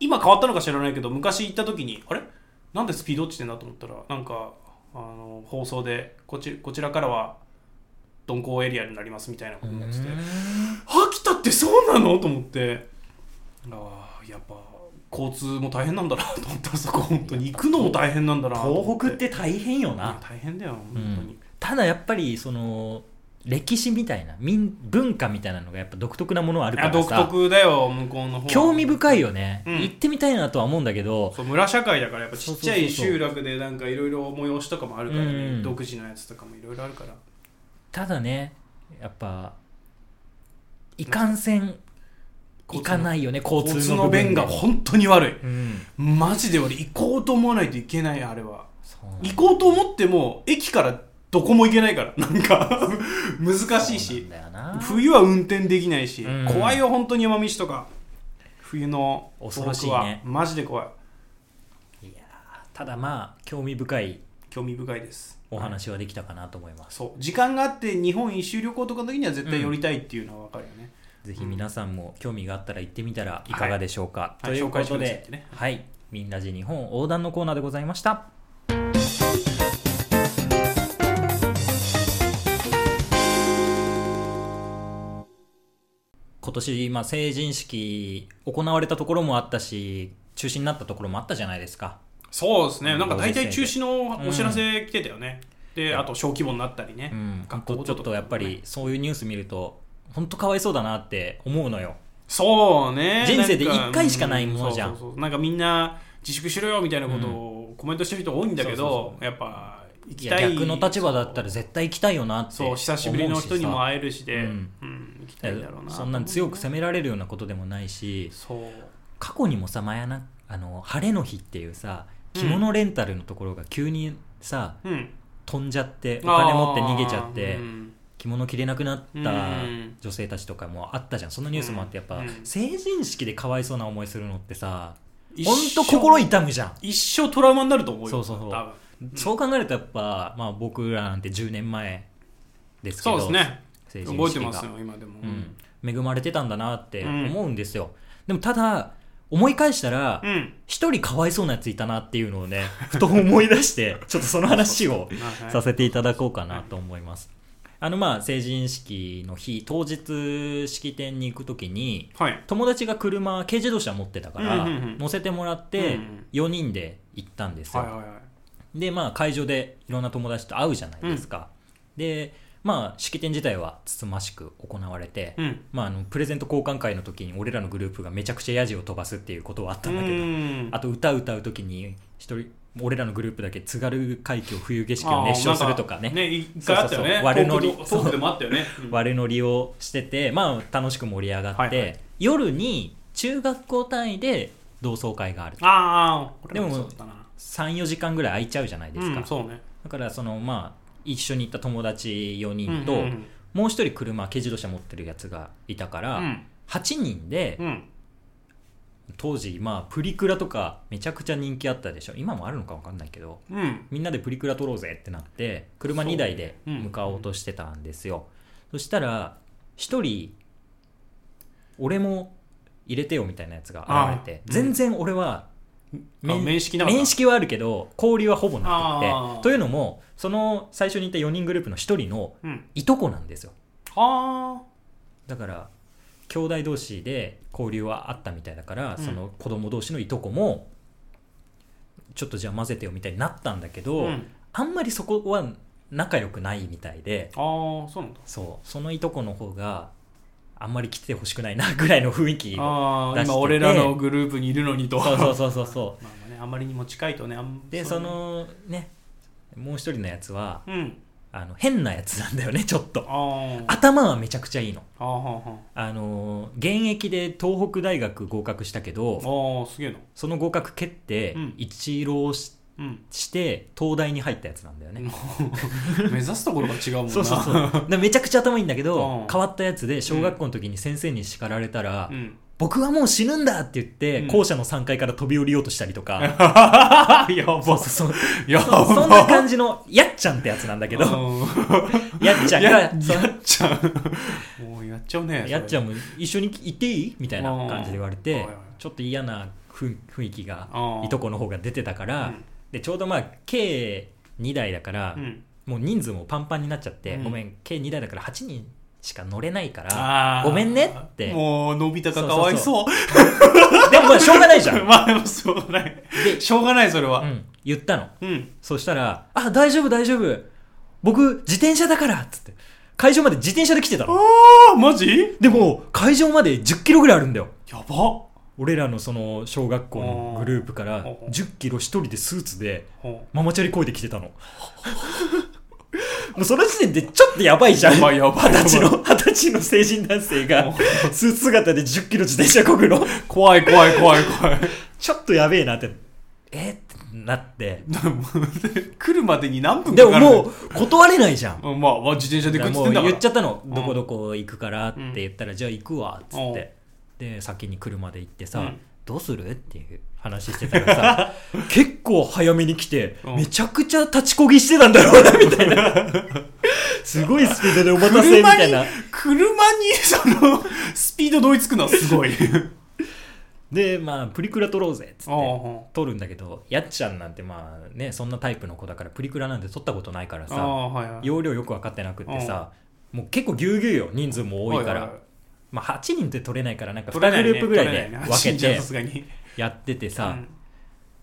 Speaker 2: 今変わったのか知らないけど昔行った時にあれなんでスピード落ちてんなと思ったらなんかあの放送でこちこちらからは鈍行エリアになりますみたいなことになってて
Speaker 1: ー
Speaker 2: 秋田ってそうなのと思ってああやっぱ交通も大変なんだなと思ったらそこ本当に行くのも大変なんだなと思
Speaker 1: 東北って大変よな。
Speaker 2: 大変だよ本
Speaker 1: う
Speaker 2: 当
Speaker 1: ん
Speaker 2: に、
Speaker 1: ただやっぱりその歴史みたいな民文化みたいなのがやっぱ独特なものはあるか
Speaker 2: あ
Speaker 1: ら
Speaker 2: 独
Speaker 1: さ
Speaker 2: 特だよ向こうの方は
Speaker 1: 興味深いよね、
Speaker 2: うん
Speaker 1: 行ってみたいなとは思うんだけど
Speaker 2: そう村社会だからやっぱちっちゃい
Speaker 1: そうそうそうそう
Speaker 2: 集落でなんかいろいろ催しとかもあるからね、
Speaker 1: うん
Speaker 2: 独自のやつとかもいろいろあるから
Speaker 1: ただねやっぱいかんせん行かないよね交
Speaker 2: 交
Speaker 1: 通
Speaker 2: 通
Speaker 1: の
Speaker 2: の
Speaker 1: 部分
Speaker 2: 便が本当に悪い
Speaker 1: うん
Speaker 2: マジで俺行こうと思わないといけないあれは
Speaker 1: そうなんだ
Speaker 2: 行こうと思っても駅からどこも行けないからなんか 難しい
Speaker 1: そう
Speaker 2: し
Speaker 1: なんだよな
Speaker 2: 冬は運転できないし、
Speaker 1: うん
Speaker 2: 怖いよ本当に山道とか冬の
Speaker 1: 恐ろしいね
Speaker 2: 東北はマジで怖い
Speaker 1: いやーただまあ興味深い
Speaker 2: 興味深いです
Speaker 1: お話はできたかなと思います、
Speaker 2: そう時間があって日本一周旅行とかの時には絶対寄りたいっていうのは分かるよね、
Speaker 1: ぜひ皆さんも興味があったら行ってみたらいかがでしょうか、
Speaker 2: はい
Speaker 1: ということで、
Speaker 2: はい紹介してくださいってね
Speaker 1: はいみんなじ日本横断のコーナーでございました今年、まあ、成人式行われたところもあったし中止になったところもあったじゃないですか
Speaker 2: そうですねなんか大体中止のお知らせ来てたよね、であと小規模になったりね、
Speaker 1: うん、
Speaker 2: 学
Speaker 1: ほん
Speaker 2: 校
Speaker 1: とちょっとやっぱりそういうニュース見ると本当かわいそうだなって思うのよ
Speaker 2: そうね
Speaker 1: 人生で
Speaker 2: なんか
Speaker 1: 一回しかないものじゃん
Speaker 2: うそうそうそうなんかみんな自粛しろよみたいなことをコメントしてる人多いんだけど、やっぱ行
Speaker 1: い
Speaker 2: き
Speaker 1: や
Speaker 2: たい
Speaker 1: 逆の立場だったら絶対行きたいよなって
Speaker 2: そう久しぶりの人にも会えるしで、
Speaker 1: う
Speaker 2: うんん行きたいだろうな
Speaker 1: そんなん強く責められるようなことでもないし
Speaker 2: そう
Speaker 1: 過去にもさ前なあの晴れの日っていうさ着物レンタルのところが急にさ、
Speaker 2: うん
Speaker 1: 飛んじゃってお金持って逃げちゃっ
Speaker 2: あ
Speaker 1: て
Speaker 2: ーうん
Speaker 1: 着物着れなくなった
Speaker 2: うん
Speaker 1: 女性たちとかもあったじゃんそのニュースもあってやっぱ、
Speaker 2: うん
Speaker 1: 成人式でかわいそうな思いするのってさ
Speaker 2: 一
Speaker 1: ほん
Speaker 2: 生
Speaker 1: と心痛むじゃん
Speaker 2: 一生トラウマになると思うよ
Speaker 1: そうそうそう
Speaker 2: 多分
Speaker 1: そう考えるとやっぱ、まあ、僕らなんて10年前ですけ
Speaker 2: そう
Speaker 1: ど
Speaker 2: ですね
Speaker 1: 成人式が
Speaker 2: 覚えてますよ今でも、
Speaker 1: うん、恵まれてたんだなって思うんですよ、でもただ思い返したら
Speaker 2: うん
Speaker 1: 一、人かわいそうなやついたなっていうのをね ふと思い出してちょっとその話を
Speaker 2: はいはい
Speaker 1: させていただこうかなと思います、あのまあ成人式の日当日式典に行く時に
Speaker 2: はい。
Speaker 1: 友達が車軽自動車持ってたから
Speaker 2: うんうんうん
Speaker 1: 乗せてもらって
Speaker 2: うんうん
Speaker 1: 4人で行ったんです
Speaker 2: はい
Speaker 1: よ、
Speaker 2: はいはい。
Speaker 1: でまあ会場でいろんな友達と会うじゃないですか、でまあ式典自体はつつましく行われて、
Speaker 2: うん。
Speaker 1: まあ、あのプレゼント交換会の時に俺らのグループがめちゃくちゃヤジを飛ばすっていうことはあったんだけど、
Speaker 2: うん
Speaker 1: あと歌歌う時に一人俺らのグループだけ津軽海峡冬景色を熱唱するとかね
Speaker 2: あーなんね、一回あったよ
Speaker 1: そうそう
Speaker 2: ね。
Speaker 1: そう悪ノリ
Speaker 2: トークトークでもあったよね。うん
Speaker 1: 悪乗りをしてて、まあ、楽しく盛り上がって、
Speaker 2: はいは
Speaker 1: 夜に中学校単位で同窓会がある
Speaker 2: ああ、
Speaker 1: でも
Speaker 2: そうだったな。
Speaker 1: 34時間ぐらい空いちゃうじゃないですか、
Speaker 2: うん、そうね。
Speaker 1: だからそのまあ一緒に行った友達4人と、
Speaker 2: うんうん
Speaker 1: もう一人車軽自動車持ってるやつがいたから、
Speaker 2: うん
Speaker 1: 8人で、
Speaker 2: うん。うん
Speaker 1: 当時まあプリクラとかめちゃくちゃ人気あったでしょ今もあるのか分かんないけど
Speaker 2: うん。
Speaker 1: みんなでプリクラ撮ろうぜってなって車2台で
Speaker 2: そううん
Speaker 1: 向かおうとしてたんですよ、そしたら1人俺も入れてよみたいなやつが現れて
Speaker 2: あー
Speaker 1: 全然俺は
Speaker 2: あ面識なかった
Speaker 1: 面識はあるけど交流はほぼなく
Speaker 2: あ
Speaker 1: て
Speaker 2: ー
Speaker 1: というのもその最初にいた4人グループの1人の
Speaker 2: うん。
Speaker 1: いとこなんですよ
Speaker 2: は
Speaker 1: だから兄弟同士で交流はあったみたいだから、
Speaker 2: うん
Speaker 1: その子供同士のいとこもちょっとじゃあ混ぜてよみたいになったんだけ
Speaker 2: あ。
Speaker 1: ど、
Speaker 2: うん。
Speaker 1: あんまりそこは仲良くないみたいで
Speaker 2: ああ、そうなんだ。
Speaker 1: そうそのいとこの方があんまり来てほしくないなぐらいの雰囲気を
Speaker 2: あ
Speaker 1: 出
Speaker 2: あ、
Speaker 1: してて
Speaker 2: 今俺らのグループにいるのにと。
Speaker 1: そうそうそうそうそ
Speaker 2: まあまあね、あまりにも近いとね、あん
Speaker 1: うでそ、のねもう一人のやつは
Speaker 2: うん。
Speaker 1: あの変なやつなんだよねちょっと
Speaker 2: ああ。
Speaker 1: 頭はめちゃくちゃいいの
Speaker 2: あーはーは
Speaker 1: あの現役で東北大学合格したけど
Speaker 2: ーあー、すげえな。
Speaker 1: その合格蹴って
Speaker 2: うん
Speaker 1: 一浪し,、
Speaker 2: うん。
Speaker 1: して東大に入ったやつなんだよね、
Speaker 2: 目指すところが違う もん な。
Speaker 1: そうそうそうだからめちゃくちゃ頭いいんだけど
Speaker 2: うん
Speaker 1: 変わったやつで小学校の時に先生に叱られたら、
Speaker 2: うん。
Speaker 1: 僕はもう死ぬんだって言って、
Speaker 2: うん
Speaker 1: 校舎の3階から飛び降りようとしたりとか
Speaker 2: や
Speaker 1: そう
Speaker 2: ば。
Speaker 1: そうそう
Speaker 2: やば。
Speaker 1: そんな感じのやっちゃんってやつなんだけど やっちゃんが
Speaker 2: や
Speaker 1: そう
Speaker 2: やっちゃう。もうやっちゃうね。
Speaker 1: やっちゃ
Speaker 2: うん
Speaker 1: も一緒に行っていいみたいな感じで言われ
Speaker 2: うんは
Speaker 1: て
Speaker 2: いはい
Speaker 1: ちょっと嫌な雰雰囲気が
Speaker 2: うん
Speaker 1: いとこの方が出てたから、
Speaker 2: うん
Speaker 1: でちょうどまあ計2台だから、
Speaker 2: うん。
Speaker 1: もう人数もパンパンになっちゃって、
Speaker 2: うん
Speaker 1: ごめん計2台だから8人しか乗れないから
Speaker 2: あー
Speaker 1: ごめんねって
Speaker 2: もう、のび太がかわいそう。
Speaker 1: でもまあしょうがないじゃん、
Speaker 2: まあ、でもしょうがない。しょうがない、それ
Speaker 1: う
Speaker 2: は。
Speaker 1: ん、言ったの
Speaker 2: うん。
Speaker 1: そしたら「あ大丈夫大丈夫僕自転車だから」っつって会場まで自転車で来てた
Speaker 2: あ
Speaker 1: の
Speaker 2: あ、マジ
Speaker 1: でも会場まで1 0キロぐらいあるんだよ
Speaker 2: やば。
Speaker 1: 俺らのその小学校のグループから1 0キロ一人でスーツでママチャリこいで来てたの もうその時点でちょっとやばいじゃん
Speaker 2: やばいやばい
Speaker 1: 二十歳の二十歳の成人男性がスーツ姿で1 0キロ自転車こぐ の
Speaker 2: 怖い怖い怖い怖い。
Speaker 1: ちょっとやべえなってえーってなって
Speaker 2: 来るまでに何分
Speaker 1: で
Speaker 2: か
Speaker 1: も
Speaker 2: かる
Speaker 1: もう断れないじゃん
Speaker 2: うんまあ、まあ、自転車で
Speaker 1: だ
Speaker 2: 来
Speaker 1: か
Speaker 2: っ
Speaker 1: ら
Speaker 2: つ
Speaker 1: も
Speaker 2: っ
Speaker 1: う
Speaker 2: て
Speaker 1: ん
Speaker 2: だから。
Speaker 1: 言っちゃったの、
Speaker 2: うん
Speaker 1: どこどこ行くからって言ったら、じゃあ行くわっつって、で先に車で行ってさ、
Speaker 2: うん
Speaker 1: どうするっていう話してたらさ 結構早めに来て、
Speaker 2: うん
Speaker 1: めちゃくちゃ立ちこぎしてたんだろうなみたいな すごいスピードでお待たせみたいな
Speaker 2: 車に、その、スピード追いつくのは すごい。
Speaker 1: でまあプリクラ撮ろうぜっつっ
Speaker 2: おう
Speaker 1: て
Speaker 2: お
Speaker 1: 撮るんだけどやっちゃんなんてまあねそんなタイプの子だからプリクラなんて撮ったことないから
Speaker 2: あ
Speaker 1: さ
Speaker 2: あ、はいはい。
Speaker 1: 容量よく分かってなくってさもう結構ぎゅうぎゅうよ人数も多いから。まあ、8人って取れないからなんか2グループぐらいで分けて
Speaker 2: さすがに。
Speaker 1: やってて
Speaker 2: う
Speaker 1: さ、
Speaker 2: ん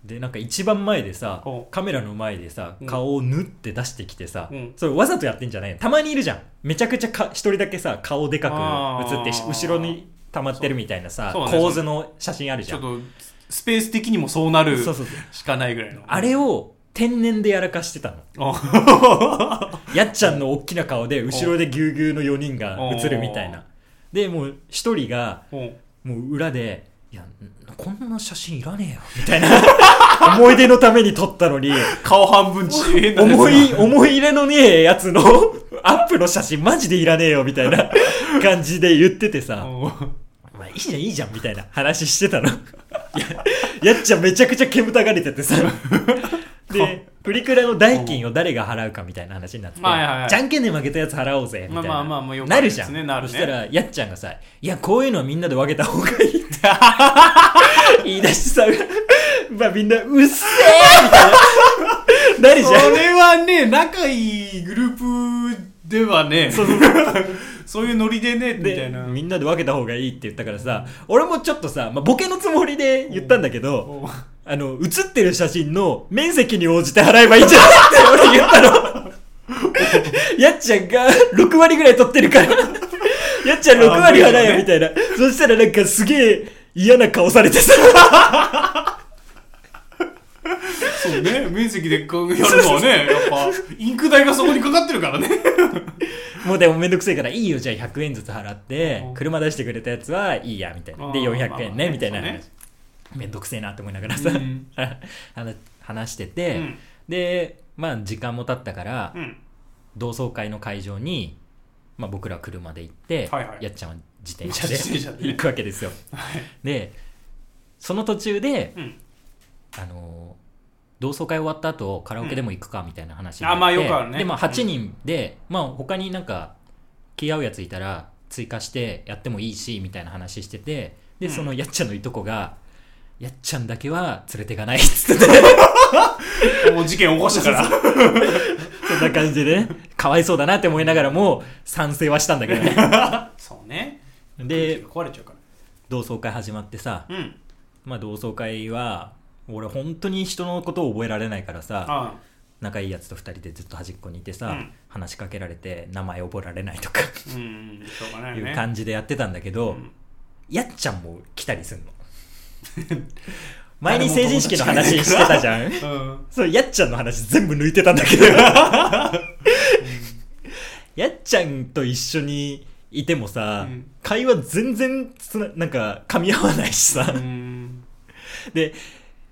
Speaker 1: でなんか一番前でさ
Speaker 2: お
Speaker 1: カメラの前でさ
Speaker 2: うん
Speaker 1: 顔を縫って出してきてさ、
Speaker 2: うん
Speaker 1: それわざとやってんじゃないのたまにいるじゃんめちゃくちゃか1人だけさ顔でか
Speaker 2: あ
Speaker 1: く
Speaker 2: ー
Speaker 1: 写ってし後ろに溜まってるみたいなさ、
Speaker 2: そうそうね
Speaker 1: 構図の写真あるじ
Speaker 2: ち
Speaker 1: ゃ
Speaker 2: ょっ
Speaker 1: ん
Speaker 2: と、スペース的にもそうなる
Speaker 1: そうそうそう
Speaker 2: しかないぐらいの。
Speaker 1: あれを天然でやらかしてたの
Speaker 2: お
Speaker 1: やっちゃんの大きな顔で後ろでぎゅうぎゅうの4人が映るみたい
Speaker 2: お
Speaker 1: なでもう1人が
Speaker 2: お
Speaker 1: もう裏で、いや、んこんな写真いらねえよ、みたいな。思い出のために撮ったのに、
Speaker 2: 顔半分ち、変なやつ
Speaker 1: 思い、思い入れのねえやつの アップの写真マジでいらねえよ、みたいな感じで言っててさ、
Speaker 2: お
Speaker 1: まあいいじゃん、いいじゃん、みたいな話してたの。 ややっちゃんめちゃくちゃ煙たがれて てさ。で、プリクラの代金を誰が払うかみたいな話になってて、
Speaker 2: はいはいはい
Speaker 1: じゃんけんで負けたやつ払おうぜ、みたいな。
Speaker 2: まあまあまあもうよく
Speaker 1: な
Speaker 2: ある
Speaker 1: る
Speaker 2: やつ
Speaker 1: じ
Speaker 2: ね
Speaker 1: ゃん。
Speaker 2: なるね
Speaker 1: そしたら、やっちゃんがさ、いや、こういうのはみんなで分けた方がいい って言い出してさ、まあみんな、うっせえみたいな。なるじゃん
Speaker 2: そ。れはね、仲いいグループではね
Speaker 1: そうそうそう
Speaker 2: そういうノリでねみたい
Speaker 1: で
Speaker 2: な
Speaker 1: みんなで分けた方がいいって言ったからさ俺もちょっとさ、まあ、ボケのつもりで言ったんだけど
Speaker 2: おう
Speaker 1: あの写ってる写真の面積に応じて払えばいいんじゃないって俺言ったの やっちゃんが6割ぐらい取ってるから やっちゃん6割払えよみたいな、そしたらなんかすげえ嫌な顔されてさ
Speaker 2: そうね面積でこうやるのはねやっぱインク代がそこにかかってるからね
Speaker 1: もうでもめんどくせえからいいよじゃあ100円ずつ払って
Speaker 2: うん
Speaker 1: 車出してくれたやつはいいやみたいなで
Speaker 2: あー
Speaker 1: 400円
Speaker 2: まあま
Speaker 1: ね
Speaker 2: あ
Speaker 1: みたいな
Speaker 2: そうね
Speaker 1: 話めんどくせえなって思いながらさ
Speaker 2: うん
Speaker 1: 話 話してて、
Speaker 2: うん
Speaker 1: でまあ時間も経ったから
Speaker 2: うん
Speaker 1: 同窓会の会場に、まあ、僕ら車で行って、
Speaker 2: はいはい
Speaker 1: やっちゃんは自転車で
Speaker 2: 自転車でね
Speaker 1: 行くわけですよ
Speaker 2: はい
Speaker 1: でその途中で、
Speaker 2: うん
Speaker 1: あのー同窓会終わった後カラオケでも行くかみたいな話になって、
Speaker 2: あまあよくあるね
Speaker 1: で、まあ、
Speaker 2: うん
Speaker 1: 8人で、まあ、他になんか気合うやついたら追加してやってもいいしみたいな話しててで、
Speaker 2: うん
Speaker 1: そのやっちゃんのいとこが「やっちゃんだけは連れてかない」っつってて
Speaker 2: もう事件起こしたから
Speaker 1: そんな感じでねかわいそうだなって思いながらも賛成はしたんだけど ね
Speaker 2: そうね
Speaker 1: で
Speaker 2: 空気が壊れちゃうか
Speaker 1: 同窓会始まってさ、
Speaker 2: らうん
Speaker 1: まあ、同窓会は俺本当に人のことを覚えられないからさ
Speaker 2: あ
Speaker 1: 仲いいやつと二人でずっと端っこにいてさ、
Speaker 2: うん
Speaker 1: 話しかけられて名前覚えられないとか
Speaker 2: あうんしょうがない
Speaker 1: い
Speaker 2: よね
Speaker 1: う感じでやってたんだけど、
Speaker 2: うん
Speaker 1: やっちゃんも来たりすんの 前に成人式の話してたじゃん
Speaker 2: うん
Speaker 1: そうやっちゃんの話全部抜いてたんだけど やっちゃんと一緒にいてもさ、
Speaker 2: うん
Speaker 1: 会話全然つななんか噛み合わないしさ、
Speaker 2: うん
Speaker 1: で、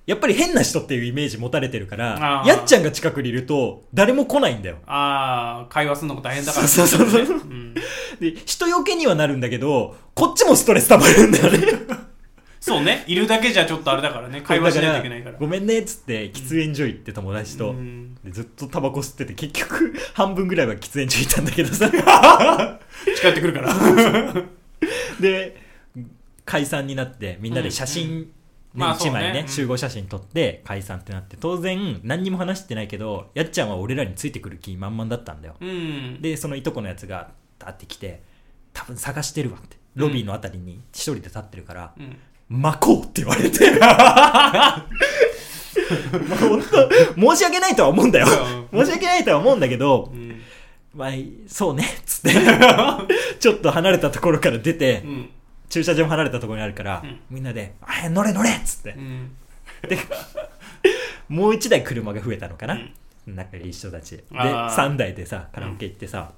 Speaker 1: やっぱり変な人っていうイメージ持たれてるから
Speaker 2: あ、ー
Speaker 1: やっちゃんが近くにいると、誰も来ないんだよ。
Speaker 2: ああ会話するのも大変だから
Speaker 1: そうそうそうそう
Speaker 2: うん
Speaker 1: で、人よけにはなるんだけど、こっちもストレス溜まるんだよね。
Speaker 2: そうねいるだけじゃちょっとあれだからね 会話しないといけないから
Speaker 1: ごめんね、っつって、喫煙所行って友達と。
Speaker 2: うん
Speaker 1: でずっとタバコ吸ってて、結局、 半分ぐらいは喫煙所行ったんだけどさ。
Speaker 2: 近寄ってくるから
Speaker 1: で、解散になって、みんなで写
Speaker 2: うん
Speaker 1: 真、ね
Speaker 2: まあ
Speaker 1: 一枚
Speaker 2: そうね
Speaker 1: ね、
Speaker 2: うん
Speaker 1: 集合写真撮って、解散ってなって、当然、何にも話してないけど、やっちゃんは俺らについてくる気満々だったんだよ。
Speaker 2: うん
Speaker 1: でそのいとこのやつが立ってきて多分探してるわってロビーのあたりに一人で立ってるから
Speaker 2: う、ん
Speaker 1: 巻こうって言われて まあ本当申し訳ないとは思うんだよ
Speaker 2: うん
Speaker 1: 申し訳ないとは思うんだけど
Speaker 2: う、ん
Speaker 1: まあ、そうねっつって ちょっと離れたところから出て、
Speaker 2: うん
Speaker 1: 駐車場も離れたところにあるから、
Speaker 2: うん
Speaker 1: みんなで「あれ乗れ乗れ!」っつって
Speaker 2: う、ん
Speaker 1: でもう一台車が増えたのかな、
Speaker 2: うん
Speaker 1: 仲いい人たちで
Speaker 2: あー
Speaker 1: 3台でさカラオケ行ってさ、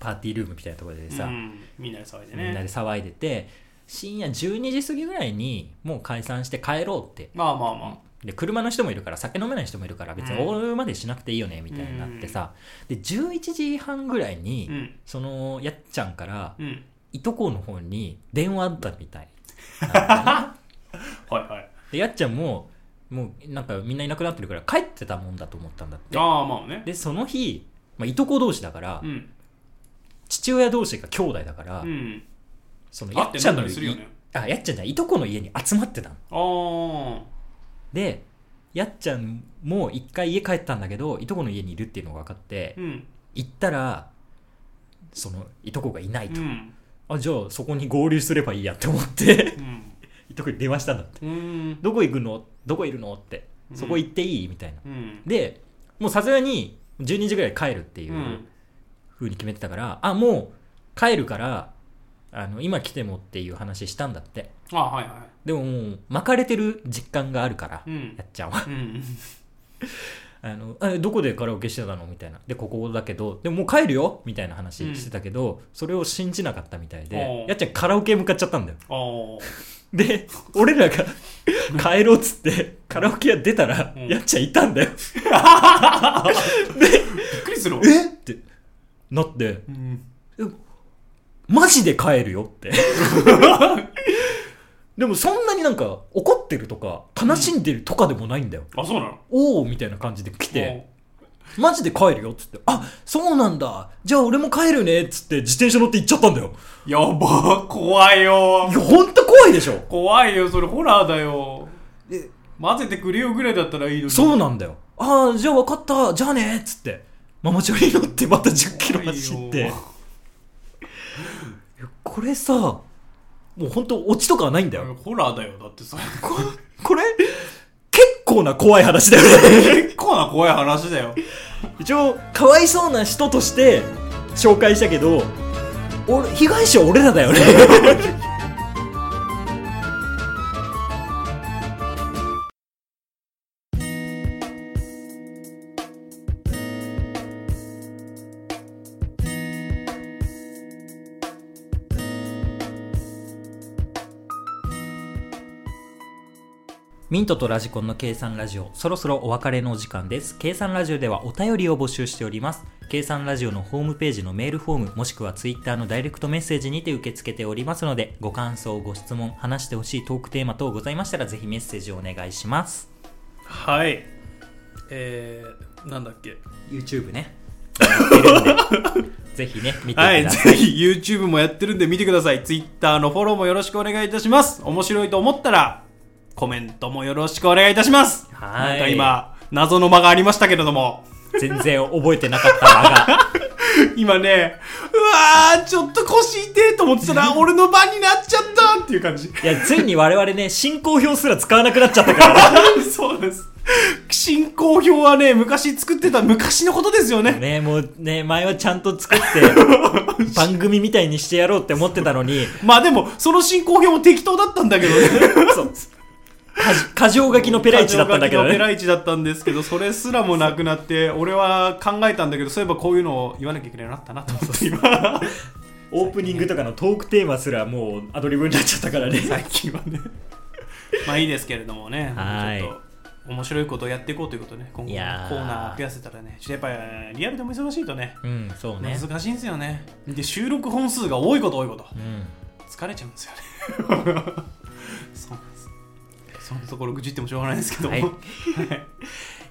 Speaker 1: パーティールームみたいなところでさ、
Speaker 2: うんみんなで騒いでね
Speaker 1: みんなで騒いでて深夜12時過ぎぐらいにもう解散して帰ろうって
Speaker 2: まあまあまあ
Speaker 1: で車の人もいるから酒飲めない人もいるから別に
Speaker 2: うん
Speaker 1: オールまでしなくていいよねみたいになってさ、で11時半ぐらいに、
Speaker 2: うん
Speaker 1: そのやっちゃんから
Speaker 2: うん
Speaker 1: いとこの方に電話あったみ たいなんだよね
Speaker 2: はいはい
Speaker 1: でやっちゃんももうなんかみんないなくなってるから帰ってたもんだと思ったんだって
Speaker 2: ああまあね
Speaker 1: でその日、まあ、いとこ同士だから、
Speaker 2: うん
Speaker 1: 父親同士が兄弟だから、
Speaker 2: うん
Speaker 1: そのや
Speaker 2: あ
Speaker 1: っ
Speaker 2: って
Speaker 1: ちゃ
Speaker 2: なん
Speaker 1: の
Speaker 2: ったりするよね
Speaker 1: あやっちゃんじゃないいとこの家に集まってたの
Speaker 2: ああ
Speaker 1: でやっちゃんも一回家帰ったんだけどいとこの家にいるっていうのが分かって、
Speaker 2: うん
Speaker 1: 行ったらそのいとこがいないうと、
Speaker 2: ん
Speaker 1: あじゃあそこに合流すればいいやって思って
Speaker 2: うん
Speaker 1: いとこに電話したんだって
Speaker 2: うん
Speaker 1: どこ行くのどこいるのってそこ行っていいみたいな
Speaker 2: うん
Speaker 1: でもうさすがに12時ぐらい帰るっていううん風に決めてたから、あもう帰るからあの今来てもっていう話したんだって
Speaker 2: あはいは
Speaker 1: でももう巻かれてる実感があるから、
Speaker 2: いうん
Speaker 1: やっちゃんは
Speaker 2: うん
Speaker 1: あのあどこでカラオケしてたのみたいなでここだけどでももう帰るよみたいな話してたけど、それを信じなかったみたい
Speaker 2: お
Speaker 1: で
Speaker 2: う
Speaker 1: やっちゃんカラオケ向かっちゃったんだよ
Speaker 2: ああ
Speaker 1: で 俺らが帰ろうっつってカラオケ屋出たら、
Speaker 2: うん
Speaker 1: やっちゃんいたんだよ
Speaker 2: びっくりするわ
Speaker 1: えってなって
Speaker 2: うん
Speaker 1: マジで帰るよって でもそんなになんか怒ってるとか悲しんでるとかでもないんだよ、
Speaker 2: あそうなの
Speaker 1: おおみたいな感じで来て、マジで帰るよっつって、あ、そうなんだ。じゃあ俺も帰るねっつって自転車乗って行っちゃったんだよ。
Speaker 2: やばー怖いよ
Speaker 1: いや、ほんと怖いでしょ。
Speaker 2: 怖いよそれホラーだよ
Speaker 1: え
Speaker 2: 混ぜてくれよぐらいだったらいいのに
Speaker 1: そうなんだよ。ああ、じゃあ分かった。じゃあねっつって。ママチャリ乗ってまた10キロ走っ
Speaker 2: 怖い
Speaker 1: て
Speaker 2: よ
Speaker 1: これさもう本当オチとかはないんだよ、
Speaker 2: ホラーだよだってそれ
Speaker 1: ここれ結構な怖い話だよね
Speaker 2: 結構な怖い話だよ
Speaker 1: 一応かわいそうな人として紹介したけど俺被害者は俺らだよねミントとラジコンの計算ラジオ、そろそろお別れのお時間です。計算ラジオではお便りを募集しております。計算ラジオのホームページのメールフォーム、もしくはツイッターのダイレクトメッセージにて受け付けておりますので、ご感想、ご質問、話してほしいトークテーマ等ございましたら、ぜひメッセージをお願いします。
Speaker 2: はいえー、なんだっけ
Speaker 1: YouTube ね。やってるんでぜひね、見てくだ
Speaker 2: は
Speaker 1: さい。
Speaker 2: い、ぜひ YouTube もやってるんで見てください。Twitter のフォローもよろしくお願いいたします。面白いと思ったら、コメントもよろしくお願いいたします。
Speaker 1: はい
Speaker 2: なんか今、謎の間がありましたけれども、
Speaker 1: 全然覚えてなかった場が。
Speaker 2: 今ね、うわー、ちょっと腰痛いと思ってたら、 俺の場になっちゃったっていう感じ。
Speaker 1: いや、ついに我々ね、進行表すら使わなくなっちゃったから。
Speaker 2: そうです。進行表はね、昔作ってた昔のことですよね。
Speaker 1: ねもうね、前はちゃんと作って、 番組みたいにしてやろうって思ってたのに、
Speaker 2: まあでも、その進行表も適当だったんだけどね。
Speaker 1: そう。かじ過剰書きのペライチだったんだけど
Speaker 2: 過剰書き
Speaker 1: ね。
Speaker 2: のペライチだったんですけど、それすらもなくなって、俺は考えたんだけど、そういえばこういうのを言わなきゃいけないなった なと思って、今。
Speaker 1: オープニングとかのトークテーマすらもうアドリブになっちゃったからね。
Speaker 2: 最近はね。まあいいですけれども ね。
Speaker 1: はい
Speaker 2: ちょっと面白いことをやっていこうということでね、今後
Speaker 1: い
Speaker 2: コ
Speaker 1: やー
Speaker 2: ーナー増やせたらね、ちょっとやっぱリアルでも忙しいとね、
Speaker 1: うん、そうね。
Speaker 2: 難しいんですよね。で、収録本数が多いこと多いこと、
Speaker 1: うん。
Speaker 2: 疲れちゃうんですよね。 そうなんです。そんなところ愚痴ってもしょうがないですけども。
Speaker 1: はい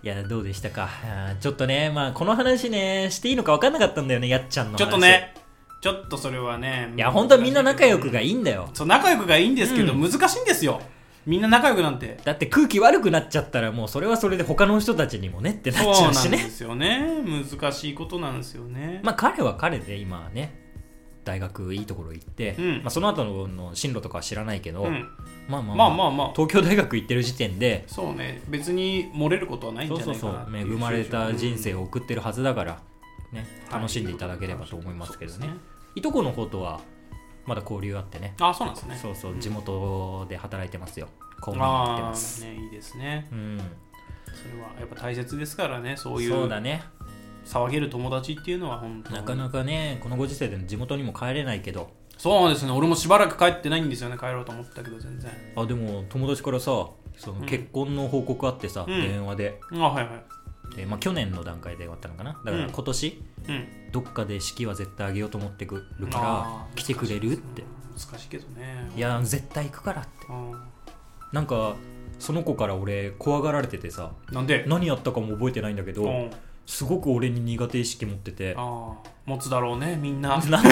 Speaker 1: いや、どうでしたか。あーちょっとね、まあ、この話ね、していいのか分かんなかったんだよね、やっちゃんの話。
Speaker 2: ちょっと。ね、ちょっとそれはね、
Speaker 1: いや、本当はみんな仲良くがいいんだよ。
Speaker 2: そう、仲良くがいいんですけど、
Speaker 1: うん
Speaker 2: 難しいんですよ。みんな仲良くなんて。
Speaker 1: だって空気悪くなっちゃったら、もうそれはそれで他の人たちにもねってなっち
Speaker 2: そ
Speaker 1: ゃ
Speaker 2: う
Speaker 1: う
Speaker 2: な
Speaker 1: し
Speaker 2: ん
Speaker 1: ね
Speaker 2: で。すよね。難しいことなんですよね。
Speaker 1: まあ彼は彼で今はね大学いいところ行って、
Speaker 2: うん
Speaker 1: まあ、その後のの進路とかは知らないけど、
Speaker 2: うん、
Speaker 1: まあまあ
Speaker 2: まあまあまあ、
Speaker 1: 東京大学行ってる時点で
Speaker 2: そうね、別に漏れることはないん
Speaker 1: そう
Speaker 2: じゃ
Speaker 1: そ
Speaker 2: な
Speaker 1: う
Speaker 2: いか
Speaker 1: そ
Speaker 2: な
Speaker 1: う恵まれた人生
Speaker 2: を
Speaker 1: を送ってるはずだから、ね、楽しんでいただければと思いますけどね,、い、とこの方とはまだ交流あってね
Speaker 2: あ、そうなんですね。
Speaker 1: そうそううん地元で働いてますよ公務員やって
Speaker 2: あ
Speaker 1: ます
Speaker 2: あ、ね、いいですね。
Speaker 1: うん、
Speaker 2: それはやっぱ大切ですからね、そうい
Speaker 1: そうだ
Speaker 2: う
Speaker 1: ね
Speaker 2: 騒げる友達っていうのは本当に
Speaker 1: なかなかねこのご時世で地元にも帰れないけど
Speaker 2: そうですね、俺もしばらく帰ってないんですよね、帰ろうと思ったけど、全然。
Speaker 1: あでも友達からさその結婚の報告あってさ、
Speaker 2: うん
Speaker 1: 電話で、
Speaker 2: あ、はいはい。
Speaker 1: で、まあ、去年の段階で終わったのかなだから
Speaker 2: うん
Speaker 1: 今年、
Speaker 2: うん。
Speaker 1: どっかで式は絶対あげようと思ってくる
Speaker 2: あ
Speaker 1: か
Speaker 2: ー
Speaker 1: ら来てくれるって
Speaker 2: 難しいけどね
Speaker 1: いや絶対行くからって
Speaker 2: うん
Speaker 1: なんかその子から俺怖がられててさ
Speaker 2: なんで
Speaker 1: 何やったかも覚えてないんだけ
Speaker 2: う
Speaker 1: ど
Speaker 2: ん
Speaker 1: すごく俺に苦手意識持ってて
Speaker 2: あー持つだろうねみんな
Speaker 1: なんか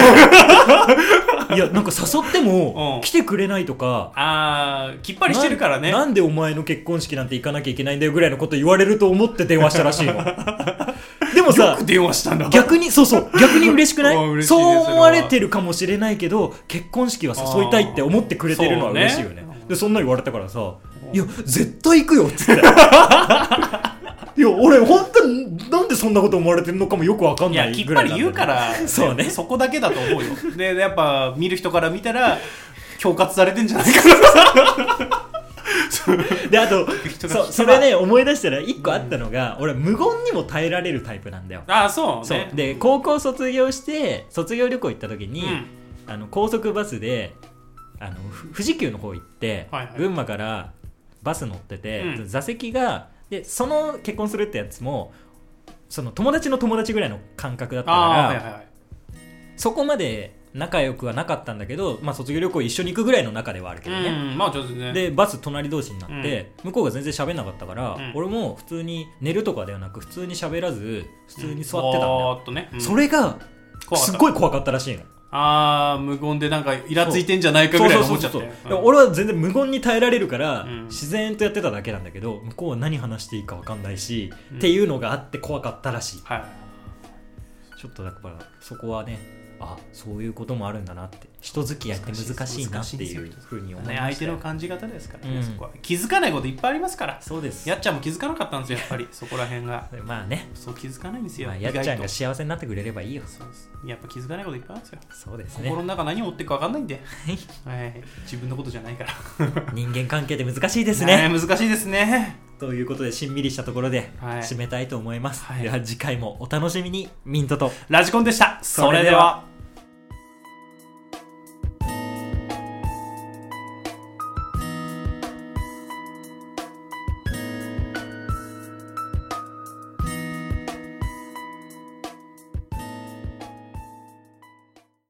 Speaker 1: いやなんか誘って
Speaker 2: うん
Speaker 1: も来てくれないとか
Speaker 2: あーきっぱりしてるからね
Speaker 1: ななんでお前の結婚式なんて行かなきゃいけないんだよぐらいのこと言われると思って電話したらし いのでもさ
Speaker 2: よく電話したんだ
Speaker 1: 逆にそう そう逆に嬉しくな
Speaker 2: あー
Speaker 1: い
Speaker 2: 嬉しいね
Speaker 1: そう
Speaker 2: それ
Speaker 1: 思
Speaker 2: は
Speaker 1: われてるかもしれないけど結婚式は誘いたいって思ってくれてるのは
Speaker 2: あー
Speaker 1: 嬉しいよね
Speaker 2: そうね
Speaker 1: でそんな言われたからさ「
Speaker 2: うん
Speaker 1: いや絶対行くよ」っ つっていや俺本当になんでそんなこと思われてるのかもよくわかん
Speaker 2: い
Speaker 1: な
Speaker 2: や
Speaker 1: い
Speaker 2: きっ
Speaker 1: ぐ
Speaker 2: ぱ
Speaker 1: らい
Speaker 2: り言うからら、
Speaker 1: そうね
Speaker 2: そこだけだと思 うよでやっぱ見る人から見たら恐喝されてんじゃないかな
Speaker 1: であと
Speaker 2: 人が
Speaker 1: そうそれね思い出したら一個あったのが俺無言にも耐えられるタイプなんだよ
Speaker 2: ああそう
Speaker 1: そう
Speaker 2: ね
Speaker 1: で高校卒業して卒業旅行行った時に、
Speaker 2: うん
Speaker 1: あの高速バスであのふ富士急の方行って、
Speaker 2: はいはい
Speaker 1: 群馬からバス乗ってて、
Speaker 2: うん
Speaker 1: 座席がでその結婚するってやつもその友達の友達ぐらいの感覚だったか
Speaker 2: ああ
Speaker 1: ら、
Speaker 2: はいはいはい
Speaker 1: そこまで仲良くはなかったんだけど、まあ、卒業旅行一緒に行くぐらいの中ではあるけどね、
Speaker 2: うんまあちょっとね
Speaker 1: でバス隣同士になって、向こうが全然喋んなかったから、
Speaker 2: うん
Speaker 1: 俺も普通に寝るとかではなく普通に喋らず普通に座ってたんだ
Speaker 2: ぼ
Speaker 1: よ、
Speaker 2: ーっとね、うん
Speaker 1: それが
Speaker 2: 怖かっ
Speaker 1: す
Speaker 2: た
Speaker 1: ごい怖かったらしいの
Speaker 2: ああ無言でなんかイラついてんじゃないかぐらいの思っちゃっ
Speaker 1: そ
Speaker 2: て
Speaker 1: うそうそう
Speaker 2: う
Speaker 1: そうん俺は全然無言に耐えられるから、
Speaker 2: うん
Speaker 1: 自然とやってただけなんだけど向こうは何話していいか分かんないし、
Speaker 2: うん
Speaker 1: っていうのがあって怖かったらしい
Speaker 2: はい
Speaker 1: ちょっとだからそこはねあそういうこともあるんだなって人付き合いって難しいなっていうふうに思いまし
Speaker 2: ね、
Speaker 1: たよ
Speaker 2: 相手の感じ方ですからね、
Speaker 1: うん
Speaker 2: そこは気づかないこといっぱいありますから
Speaker 1: そうです
Speaker 2: やっちゃんも気づかなかったんですよやっぱりそこら辺が
Speaker 1: まあね、
Speaker 2: そう気づかないんですよ、
Speaker 1: まあ、
Speaker 2: 意
Speaker 1: やっ
Speaker 2: 外と
Speaker 1: ちゃんが幸せになってくれればいいよ
Speaker 2: そうですやっぱ気づかないこといっぱいあるんですよ
Speaker 1: そうですね
Speaker 2: 心の中何を持ってるか分かんないんで、はい、自分のことじゃないから
Speaker 1: 人間関係って難しいですね
Speaker 2: ね 難しいですね
Speaker 1: ということでしんみりしたところで
Speaker 2: はい
Speaker 1: 締めたいと思います、
Speaker 2: はい
Speaker 1: では次回もお楽しみにミントと
Speaker 2: ラジコンでした
Speaker 1: そ
Speaker 2: そ
Speaker 1: れ
Speaker 2: れ
Speaker 1: で
Speaker 2: で
Speaker 1: は
Speaker 2: は